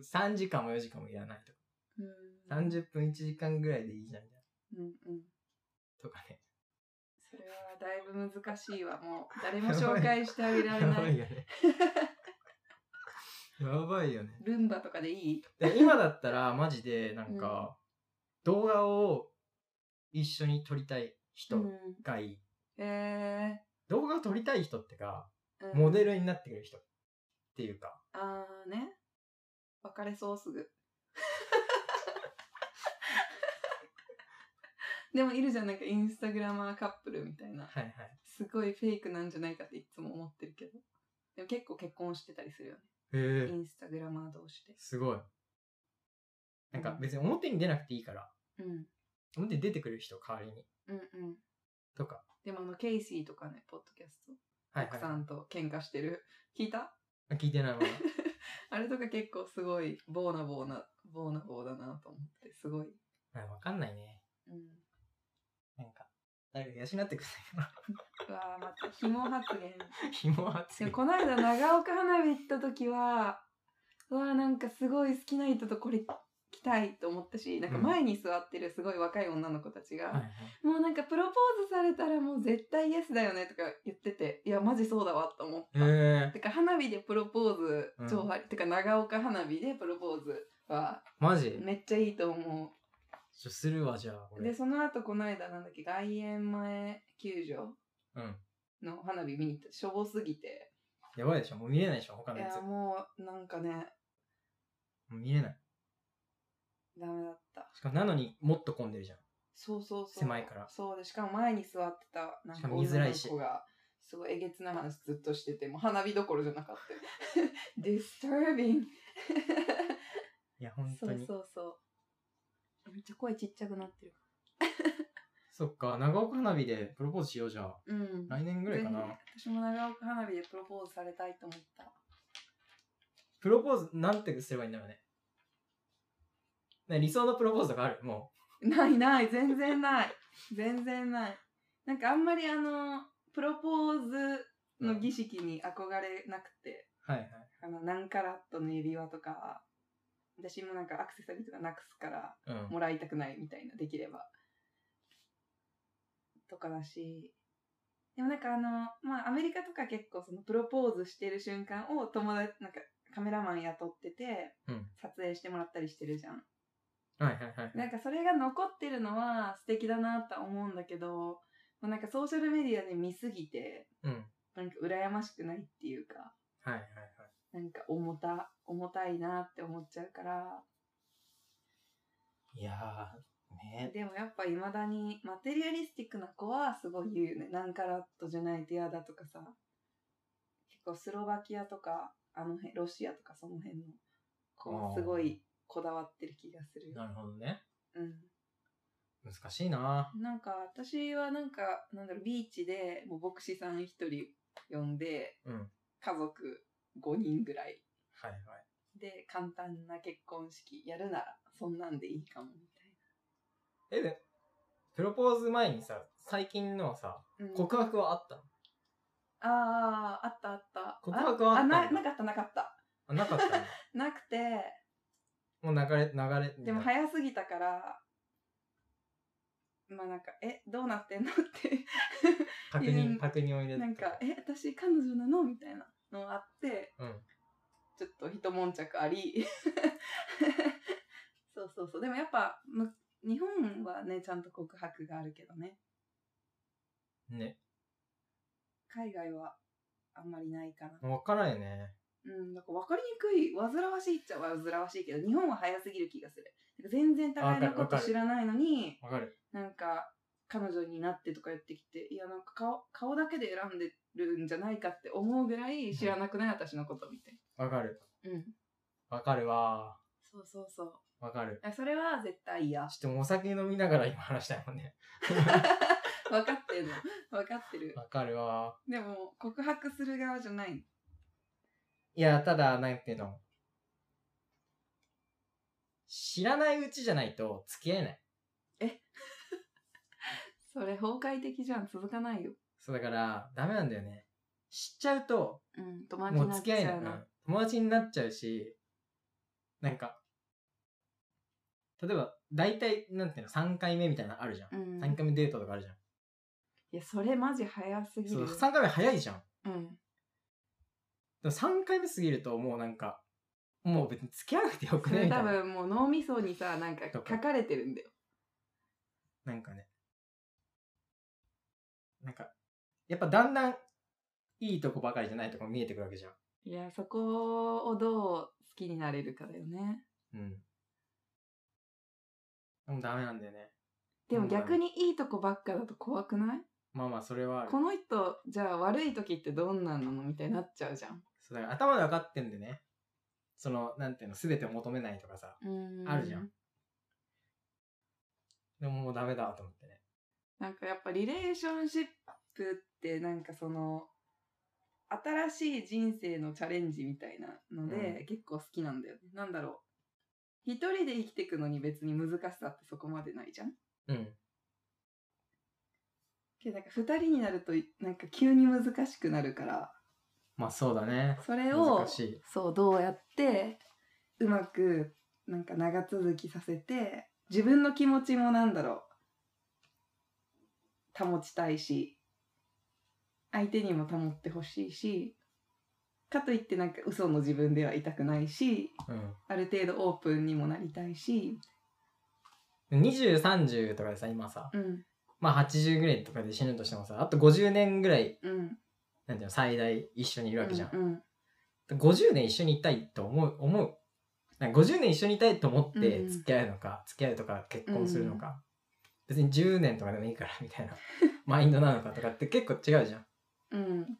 3時間も4時間もいらないとか。うん。 30分1時間ぐらいでいいじゃんみたいな。うんうん。とかね。それはだいぶ難しいわ。もう、誰も紹介してあげられなやばいい。よね。やばいよね。ルンバとかでいいで今だったらマジでなんか、動画を一緒に撮りたい人うん。がいい。え動画を撮りたい人ってか、ー。うんモデルになってくる人っていうか、あーね。別れそうすぐ。 <laughs> でもいるじゃん、なんかインスタグラマーカップルみたいな。はいはい。すごいフェイクなんじゃないかっていつも思ってるけど。でも結構結婚してたりするよね。へイえ、ンスタグラマー同士で。すごい。なんか別に表に出なくていいから、うん。表に出てくる人代わりに。うんうん。とか。でもあの、ケイシーとかね、ポッドキャスト。はい奥はい。さんと喧嘩してる。聞いたあ聞いてないもん。あれとか結構すごい、ボーナボーナ、ボーナボーだなと思って、すごい。ま <laughs> あわかんないね。うん。なんか、誰か養ってくれなうわーまた、紐発言。いかな。 <laughs> 紐は熱でいも。この間長岡花火行った時はうわなんかすごい好きな人とこれ着たいと思ったしなんか前に座ってるすごい若い女の子たちが、はいはいもうなんかプロポーズされたらもう絶対イエスだよねとか言ってていやマジそうだわと思って。ええてか花火でプロポーズうん超あり、てか長岡花火でプロポーズはマジめっちゃいいと思ちょするわ、じゃあ、こうでれ。その後この間なんだっけ外苑前球場うん。の花火見に行ったしょぼすぎてやばいでしょもう見れないでしょ他いのやつ。やももうなんかねう見れない。ダメだったしかもなのにもっと混んでるじゃん。そうそうそう。狭いからそうで、しかも前に座ってた、なんしかかも見づらいし女の子が、すごいえげつない話ずっとしてて、もう花火どころじゃなかった。disturbing. いや、本そ当うに。そそうそう。めっちゃ声ちっちゃくなってる。っか、長岡花火でプロポーズしようじゃあ。うん。来年ぐらいかな。私も長岡花火でプロポーズされたいと思った。プロポーズなんてすればいいんだろうね。ね理想のプロポーズとかあるもないない、全然ない。全然ない。なんかあんまりあの、プロポーズの儀式に憧れなくて。う。はいはい。あの、何カラットの指輪とか、私もなんかアクセサリーとかなくすから、うん。もらいたくないみたいな、できれば。とかだし、でもなんかあの、まあアメリカとか結構そのプロポーズしてる瞬間を友達、なんかカメラマン雇っててうん、撮影してもらったりしてるじゃん。はいはいはい。なんかそれが残ってるのは素敵だなとは思うんだけど、もうなんかソーシャルメディアで見すぎて、うん。はいなんか羨ましくないっていうか、はいはい。なんか重た、重たいなって思っちゃうから、いやー、ね。でもやっぱ未だにマテリアリスティックな子はすごい言うよね。何カラットじゃないと嫌だとかさ。結構スロバキアとか、あの辺、ロシアとかその辺の子あはーすごいこだわってる気がする。なるほどね。う。難しいなんなんか私はなんか、なんだろう、ビーチでもう牧師さん一人呼んで、うん。はい家族5人ぐらいはい。で簡単な結婚式やるならそんなんでいいかもみたいえ、で、プロポーズ前にさ、最近のはさ、な。うん告白はあったのああ、あったあった。告白はあったんだあななかったなかった。あなかったのなくて、<laughs> もう流れ、流れ。でも早すぎたから、まあなんか、え、どうなってんのって、確うん認、確認を入れて。なんか、え、私彼女なのみたいなのあって、うん。ちょっと一悶着あ <laughs> り。そうそうそう。でもやっぱ、む日本はね、ちゃんと告白があるけどね。ね。海外はあんまりないかな。わからんよね。うん、なんか分かりにくい、煩わしいっちゃ煩わしいけど、日本は早すぎる気がする。なんか全然互いのこわとかるわかる知らないのに、わかる。なんか、彼女になってとかやってきていやなんか顔顔だけで選んでるんじゃないかって思うぐらい知らなくない私のことみたいわかる。なうんわかるわ。そうそうそうわかる。あそれは絶対嫌 <laughs> ちょっともうお酒飲みながら今話したいもんね。分かってるの分かってるわかるわ。でも告白する側じゃないいや、ただ、なんていうの。知らないうちじゃないと付き合えない。それ崩壊的じゃん続かないよそうだから、ダメなんだよね。知っちゃうと、うん友達もにうなっ付ちき合えないゃう。なうん友達になっちゃうし、なんか、例えば、大体、なんていうの、3回目みたいなのあるじゃん。うん3回目デートとかあるじゃん。いやそれマジ早すぎそう、る3回目早いじゃん。うんでも3回目過ぎると、もうなんか、もう別に付き合わなくてよくそないれみた多いな。分もう脳みそに <laughs> さなんか書かれてるんだよなんかね。なんか、やっぱだんだん、いいとこばかりじゃないとこ見えてくるわけじゃん。いやそこをどう好きになれるかだよねうん。でもダメなんだよね。でもうん逆にいいとこばっかだと怖くないまあまあ、それはあるこの人じゃあ悪い時ってどんなのみたいになっちゃうじゃんそうだから頭で分かってんでね。その、なんていうの、全てを求めないとかさ。うんあるじゃんでももうダメだと思ってね。なんかやっぱリレーションシップってなんかその新しい人生のチャレンジみたいなので、う結構好きなんだよね。なんだろう。一人で生きていくのに別に難しさってそこまでないじゃん。うん。けどなんか二人になるとなんか急に難しくなるから、まあそうだね。それを難しいそうどうやってうまくなんか長続きさせて自分の気持ちもなんだろう保ちたいし相手にも保ってほしいしかといってなんか嘘の自分ではいたくないしうん。ある程度オープンにもなりたいし、 20、30とかでさ、今さ、うんまあ80ぐらいとかで死ぬとしてもさ、あと50年ぐらい、うん、なんていうの、最大一緒にいるわけじゃん。うんうん50年一緒にいたいと思う、思う。なんか50年一緒にいたいと思っうてん付き合うのか、付き合うとか結婚するのか、別に10年とかでもいいからみ <laughs> たいなマインドなのかとかって結構違うじゃん。うん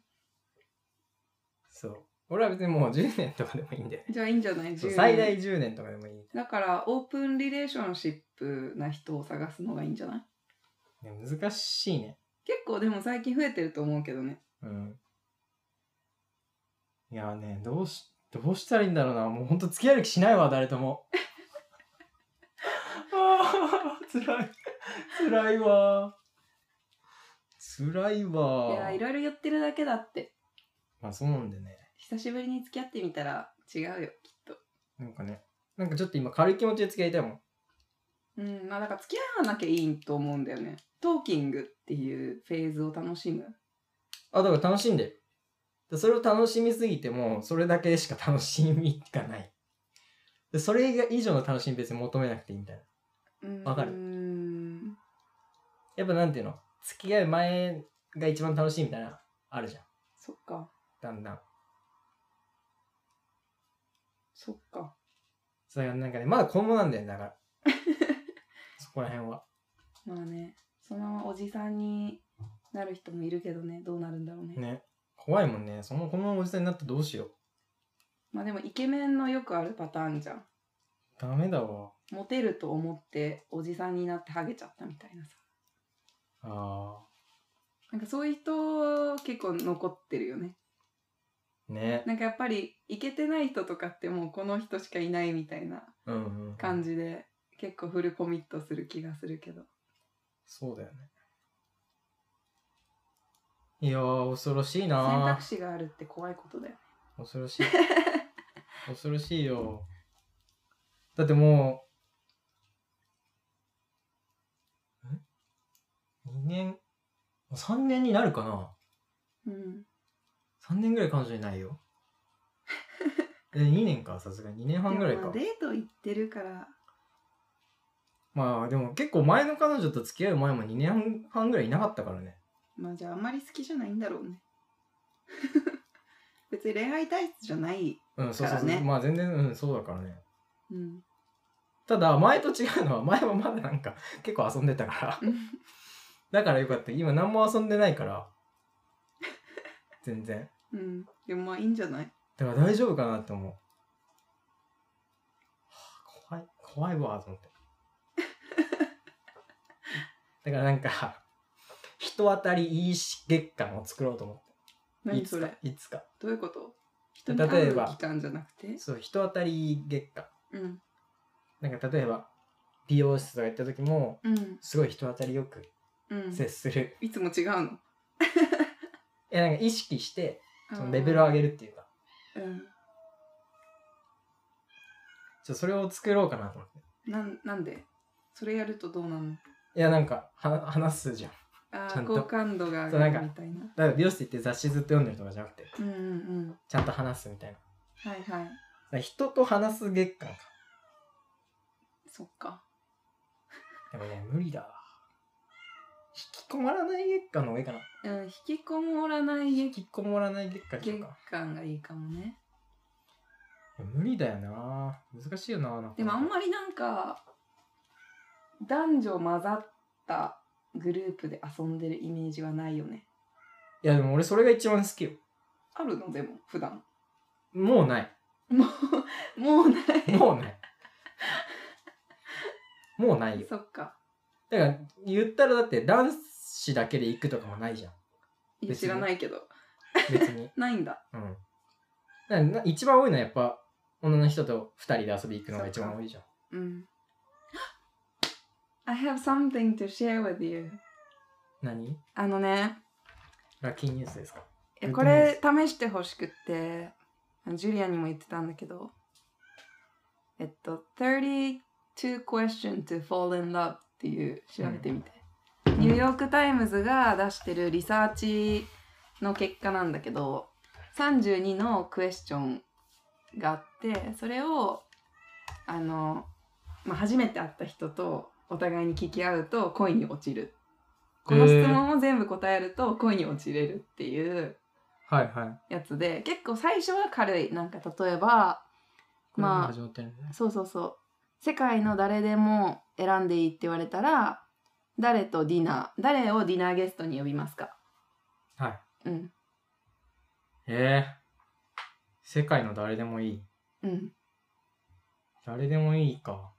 そう。俺は別にもう10年とかでもいいんだよね。じゃあいいんじゃないそう10最大10年とかでもいい。だからオープンリレーションシップな人を探すのがいいんじゃないね難しいね。結構でも最近増えてると思うけどねうん。いやね、どうし、どうしたらいいんだろうな。もうほんと付き合える気しないわ、誰とも。ああ、辛い。辛いわ。辛いいやわ。いろいろ言ってるだけだってまあそうなんでね。久しぶりに付き合ってみたら違うよきっとなんかね、なんかちょっと今軽い気持ちで付き合いたいもん。うんまあだから付き合わなきゃいいと思うんだよねトーキングっていうフェーズを楽しむあ、だから楽しんでる。でそれを楽しみすぎても、それだけしか楽しみがない。でそれ以上の楽しみ別に求めなくていいみたいな。うんわかるうんやっぱなんていうの付き合う前が一番楽しいみたいな、あるじゃん。そっかだんだん。そっかそれがなんかね、まだ子供なんだよね、<laughs> だから。そこら辺は。まあねそのままおじさんになる人もいるけどねどうなるんだろうねね。怖いもんね。その、このおじさんになったらどうしよう。まあでもイケメンのよくあるパターンじゃんダメだわ。モテると思っておじさんになってハゲちゃったみたいなさあなんかそういう人結構残ってるよねあ。ね。なんかやっぱりイケてない人とかってもうこの人しかいないみたいなうんうん。感じで結構フルコミットする気がするけどそうだよね。いやー、恐ろしい選な択肢があるって怖いことだよねー。恐ろしい。 <laughs> 恐ろしいよ。だってもう、ん ?2 年、もう3年になるかなうん3年ぐらい彼女いな <laughs> いよえ2年かさすがに2年半ぐらいでもまあかデート行ってるからまあでも結構前の彼女と付き合う前も2年半ぐらいいなかったからねまあじゃああんまり好きじゃないんだろうね <laughs> 別に恋愛体質じゃないうんそうそうそう、からねまあ全然うんそうだからねうん <laughs> ただ前と違うのは前はまだなんか結構遊んでたからだからよかった。今何も遊んでないから。全然。うん。でもまあいいんじゃないだから大丈夫かなって思う。はあ、怖い、怖いわ、と思って。だからなんか、人当たりいいし月間を作ろうと思って。い何つそかれ、いつか。どういうこと人に会例えうば期、間じゃなくてそう、人当たりいい月間。うん。なんか例えば、美容室とか行った時も、うん。すごい人当たりよくうん。接する。いつも違うの。え、なんか意識して、そのレベルをは上げるっていうか、うん。ちょそれを作ろうかなと思って。なんなんでそれやるとどうなのいや、なんか、は話すじゃん。あちゃあ、んと好感度がそ上うながんかるみたいな。だから美容室行って雑誌ずっと読んでるとかじゃなくて、うんうんうん。ちゃんと話すみたいな。だかはいはい。ら人と話す月間か。そっか。でもね、無理だわ。引きこもらない月間の方がいいかな。うん、引きこもらない引月きこもらない月間にしよう月か。間がいいかもね。いや無理だよな。難しいよな。なんかでもあんまりなんか男女混ざったグループで遊んでるイメージはないよね。いや、でも俺それが一番好きよ。あるのでも普段もうない。もうもうない。 <laughs> もうない。もうないよ。そっか。だから、言ったらだって男子だけで行くとかもないじゃん。いや別知にらないけど別に。ないんだ。うん。だな一番多いのはやっぱ女の人と二人で遊び行くのが一番多いじゃん。うん。I have something to share with you. 何あのね、ラッキーニュースですかいや言ってこれ試してほしくってジュリアにも言ってたんだけどえっと32 question to fall in love っていう調べてみて、ニューヨークタイムズが出してるリサーチの結果なんだけど32のクエスチョンがあってそれをあの、まあ、初めて会った人とお互いに聞き合うと恋に落ちるこの質問を全部答えると恋に落ちれるっていうはいはい。やつで結構最初は軽いなんか例えばまあこれも始まってるね。そうそうそう世界の誰でも選んでいいって言われたら誰とディナー誰をディナーゲストに呼びますかはい。うんええ世界の誰でもいい。うん誰でもいいか。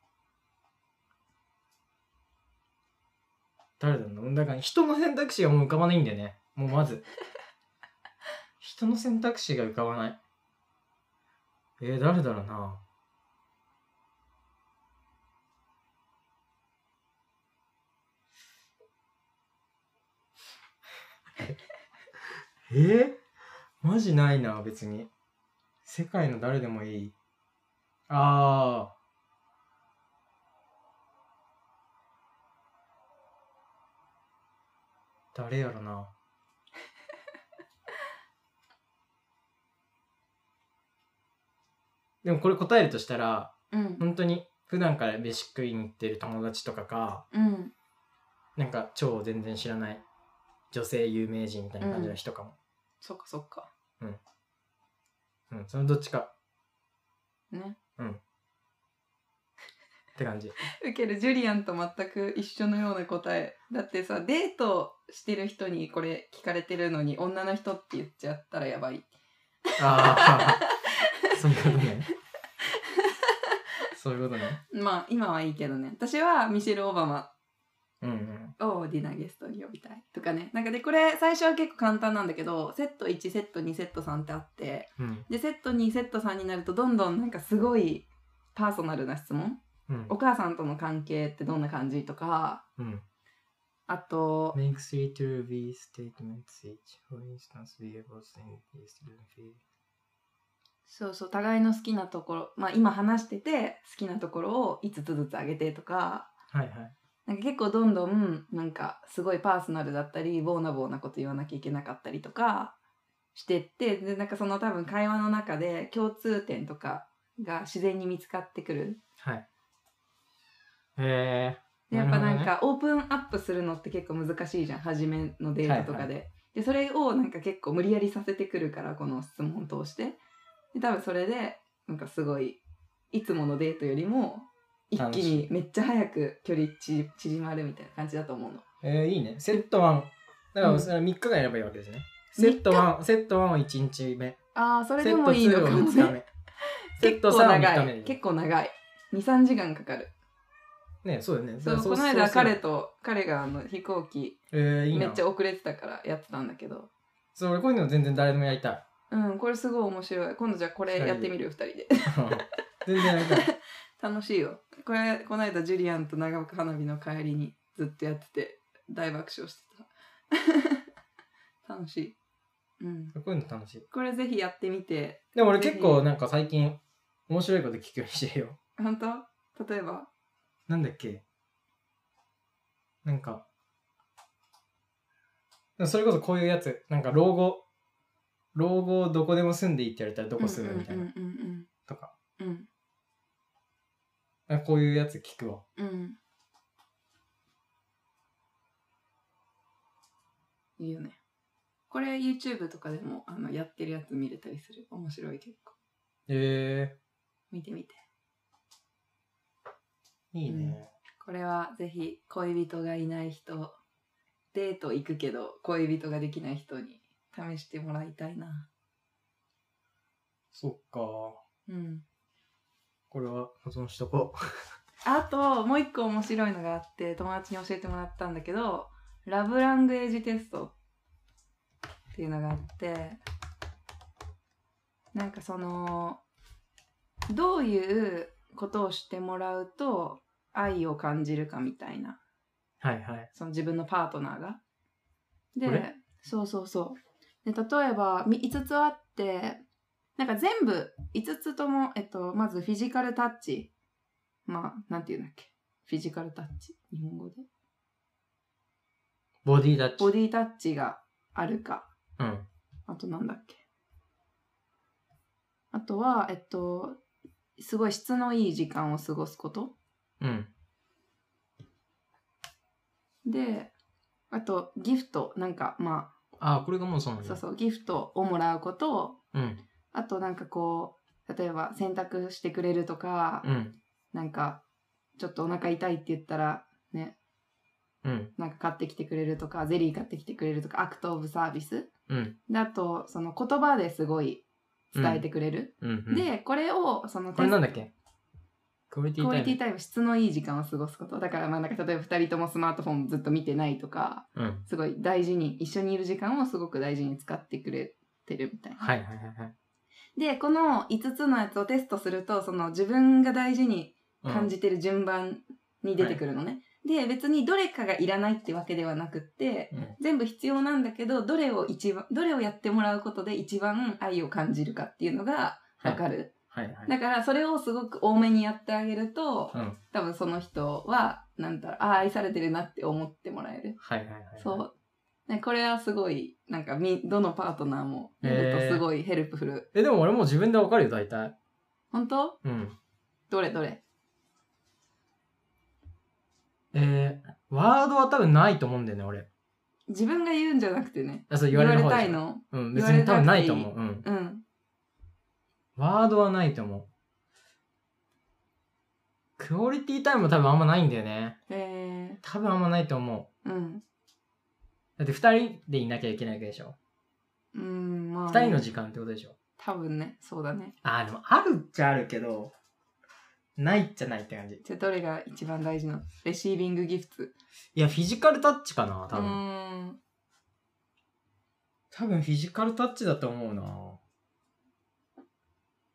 誰だろうだから人の選択肢がもう浮かばないんだよね。もうまず。人の選択肢が浮かばない。えー、誰だろうな。えー、マジないな、別に。世界の誰でもいい。ああ。誰やろな。 <laughs> でもこれ答えるとしたら、うん本当に普段から飯食いに行ってる友達とかか、うんなんか超全然知らない女性有名人みたいな感じの人かも。そっかそっかうん、そのどっちかねって感じ。ウケるジュリアンと全く一緒のような答えだってさデートしてる人にこれ聞かれてるのに女の人って言っちゃったらやばいああ。そういうこと <laughs> ね。そういうことね。まあ今はいいけどね私はミシェル・オバマうんうん。をディナーゲストに呼びたいとかねなんかでこれ最初は結構簡単なんだけどセット1セット2セット3ってあってうん。でセット2セット3になるとどんどんなんかすごいパーソナルな質問うんお。母さんとの関係ってどんな感じとかうん。あと Make three to be statements each, for instance, be able to think is to be. そうそう互いの好きなところまあ今話してて好きなところを5つずつあげてとかはいはい。なんか結構どんどんなんかすごいパーソナルだったりボーナボーなこと言わなきゃいけなかったりとかしてってでなんかその多分会話の中で共通点とかが自然に見つかってくるはい。へえ。でやっぱなんるかオープンアップするのって結構難しいじゃん初めのデートとかで,、はいでそれをなんか結構無理やりさせてくるからこの質問を通してで多分それでなんかすごいいつものデートよりも一楽気しいにめっちゃ早く距離ち縮まるみたいな感じだと思うのえー、いいね。セット1。だかうらんそれは3日間やればいいわけですね。三セ日ット1、セット1を1日目。ああそれセでットもいいの2をかも2日ね <laughs> 目。セット3を3日目でいいい <laughs> 結構長い23時間かかるね、そうだよね。そうだからこの間そうすれば彼と彼があの飛行機えー、いいめな。っちゃ遅れてたからやってたんだけどそう、俺こういうの全然誰でもやりたい。うんこれすごい面白い今度じゃあこれやってみるよ2人で <laughs> <laughs> 全然やりたい。楽しいよこれこの間ジュリアンと長岡花火の帰りにずっとやってて大爆笑してた <laughs> 楽しいうんこういうの楽しい。これぜひやってみてでも俺結構なんか最近面白いこと聞くようにしてるよ。本当例えばなんだっけなんか、それこそこういうやつ、なんか老後、老後どこでも住んでいいって言われたらどこ住むみたいな、うんうんうんとか、うんなんかこういうやつ聞くわ。うんいいよねこれ YouTube とかでもあのやってるやつ見れたりする面白い結構え見てみてー、いいね。これはぜひ恋人がいない人デート行くけど恋人ができない人に試してもらいたいなそっか。うんこれは保存しとこ <laughs> あともう一個面白いのがあって友達に教えてもらったんだけどラブラングエージテストっていうのがあってなんかそのどういうことをしてもらうと愛を感じるかみたいなう。はいはい。その自分のパートナーが。こでれ、そうそうそう。で例えばみ5つあって、なんか全部5つとも、えっと、まずフィジカルタッチ。まあ、なんていうんだっけ。フィジカルタッチ。日本語で。ボディダッチ。ボディタッチがあるか。うん。あとなんだっけ。あとは、えっと、すごい質のいい時間を過ごすこと。うん。で、あと、ギフト。なんか、まああ、これがもうそうなあ、んだ。そうそう、ギフトをもらうことを、うん。あとなんかこう例えば洗濯してくれるとか、うん。なんかちょっとお腹痛いって言ったらねうん。なんか買ってきてくれるとかゼリー買ってきてくれるとかアクト・オブ・サービスうん。であとその言葉ですごい伝えてくれる、うん。うん、でこれをそのこれなんだっけクオリティクオタイリム。ティタイム質のいい時間を過ごすことだからまあなんか例えば2人ともスマートフォンずっと見てないとかうん。すごい大事に一緒にいる時間をすごく大事に使ってくれてるみたいな。はいはいはいはい。でこの5つのやつをテストするとその自分が大事にうん感じてる順番に出てくるのね。で別にどれかがいらないってわけではなくってうん全部必要なんだけどどれを一番どれをやってもらうことで一番愛を感じるかっていうのがわかる、はいはい。だからそれをすごく多めにやってあげると、うん多分その人はなんだろうあー愛されてるなって思ってもらえるはいはいはいはい。そう。ね、これはすごい、なんかみ、どのパートナーもやるとへーすごいヘルプフル。え、でも俺もう自分でわかるよ、大体。本当うん。どれどれえー、ワードは多分ないと思うんだよね、俺。自分が言うんじゃなくてね。あ、そう言言わわれれる方でたしいょ。の。うん、言別われにたくていい多分ないと思う。うん。うん。ワードはないと思う。クオリティタイムも多分あんまないんだよね。え多分あんまないと思ー、うん。う。だって二人でいなきゃいけないわけでしょ。うん、まあ、二人の時間ってことでしょ。多分ね、そうだね。あー、でもあるっちゃあるけど、ないっちゃないって感じ。じゃあ、どれが一番大事なのレシービングギフト。いや、フィジカルタッチかな、う多分。ーん。多分フィジカルタッチだと思うな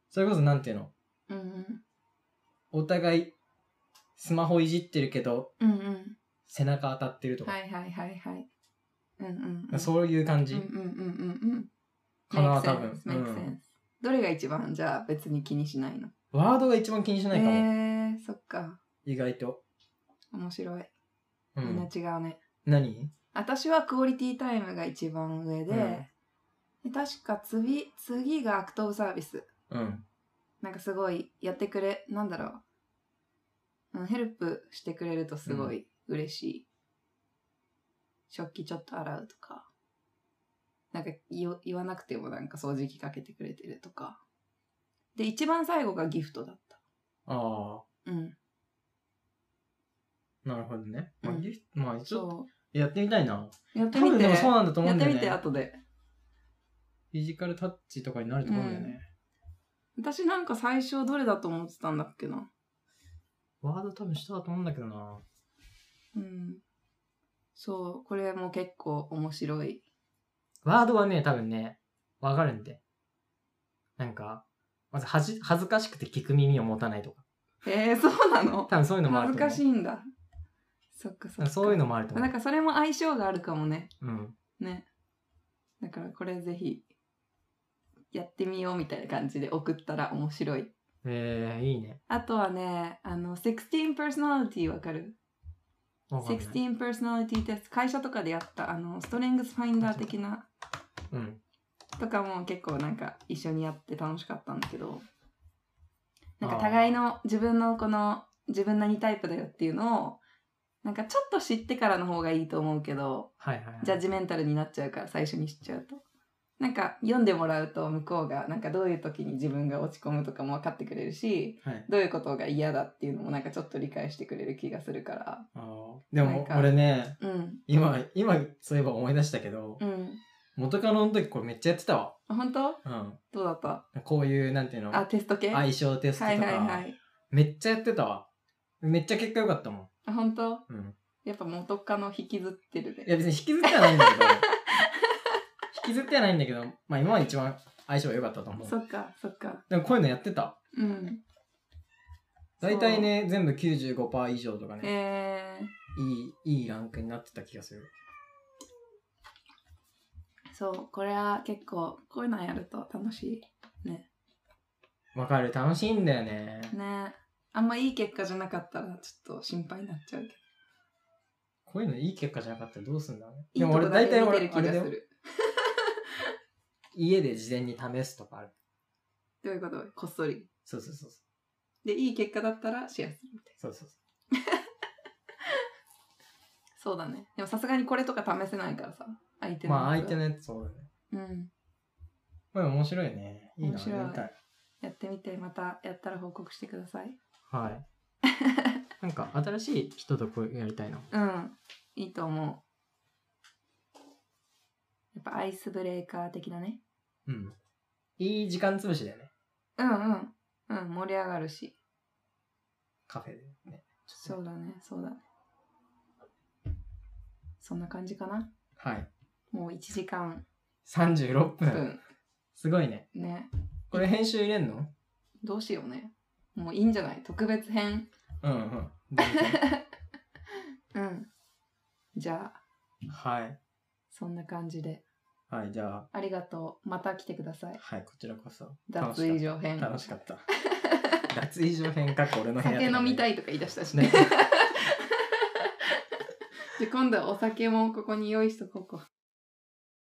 それこそなんていうのうんうん。お互いスマホいじってるけどうんうん。背中当たってるとか、はいはいはいはい。うんうん、うん。そういう感じ、うんうんうんうんうん。かな Make 多分 sense, make うん sense どれが一番じゃあ別に気にしないのワードが一番気にしないかも、えー、そっか。意外と、面白い。う、みんなん違うね。何私はクオリティタイムが一番上で、うでん確か次、次がアクトオブサービス。うんなんかすごいやってくれ、なんだろう。うん、ヘルプしてくれるとすごい嬉しい。食器ちょっと洗うとか。なんか言わ言わなくてもなんか掃除機かけてくれてるとか。で、一番最後がギフトだった。ああうん。なるほどね。まあ、うんギフト、まあ、ちょっそとやってみたいな。うやって多み分てでもそうなんだと思やっうんてだよみね。て後でフィジカルタッチとかになると思うんだよね。私なんか最初どれだと思ってたんだっけなワード多分下だと思うんだけどな。うんそうこれも結構面白いワードはね、多分ね、わかるんで。なんか、まずはじ、恥ずかしくて聞く耳を持たないとか。えー、そうなの多分そういうのもあ恥るずと思かう。しいんだそっかそっかそういうのもあると思な。うんかそれも相性があるかもねうん。ねだからこれぜひやってみようみたいな感じで送ったら面白いえー、いいね。あとはねあの16 personality わかるわかんない。 16 personality テスト会社とかでやったあのストレングスファインダー的なうん。とかも結構なんか一緒にやって楽しかったんだけどなんかあー互いの自分のこの自分何タイプだよっていうのをなんかちょっと知ってからの方がいいと思うけどはいはい、はい。ジャッジメンタルになっちゃうから最初に知っちゃうと。なんか読んでもらうと向こうがなんかどういう時に自分が落ち込むとかも分かってくれるしはい。どういうことが嫌だっていうのもなんかちょっと理解してくれる気がするからあーでなんも、か俺ね、うん今、今、そういえば思い出したけど、うん元カノの時これめっちゃやってたわ。あ本当うん。どうだったこういう、なんていうの、あテスト系相性テストはいとか、はいはいめっちゃやってたわ。めっちゃ結果良かったもあ本当ん。うん。やっぱ元カノ引きずってるいでや別に引きずってはないんだけど <laughs> 引きずってはないんだけどまあ今まで一番相性が良かったと思そうっかそっかでもこういうのやってたうん大体ね全部95%以上とかねえー、いいいいランクになってた気がするそうこれは結構こういうのやると楽しわかる楽しいんだよねいねあんまいい結果じゃなかったらちょっと心配になっちゃうけどこういうのいい結果じゃなかったらどうすんだろうねいいでともこ俺だ大け体見て俺る気あれがだすよる家で事前に試すとかあるどういうことこっそりそうそうそうそでいい結果だったらシェアするみたいうそうそうそなそうだねでもさすがにこれとか試せないからさ相手うのやつまはあ相手のやつそうだねうんこれ面白いねいいな面白いやりたいやってみてまたやったら報告してくださいはい <laughs> なんか新しい人とこうやりたいなうんいいと思うやっぱアイスブレーカー的なねうんいい時間潰しだよねうんうんうん盛り上がるしカフェでねそうだねそうだねそんな感じかなはい。もう1時間36分。分すごいね。ねこれ編集入れんのどうしようねもういいんじゃない特別編うんうん。全然うんじゃあはい。そんな感じではい、じゃあ、ありがとうまた来てくださいはい、こちらこそ。楽脱衣し所編かった。楽しかった。脱衣所編かっこ俺の部屋酒飲みたい。いとか言い出したしねねじゃあ今度はお酒もここに用意しとこうか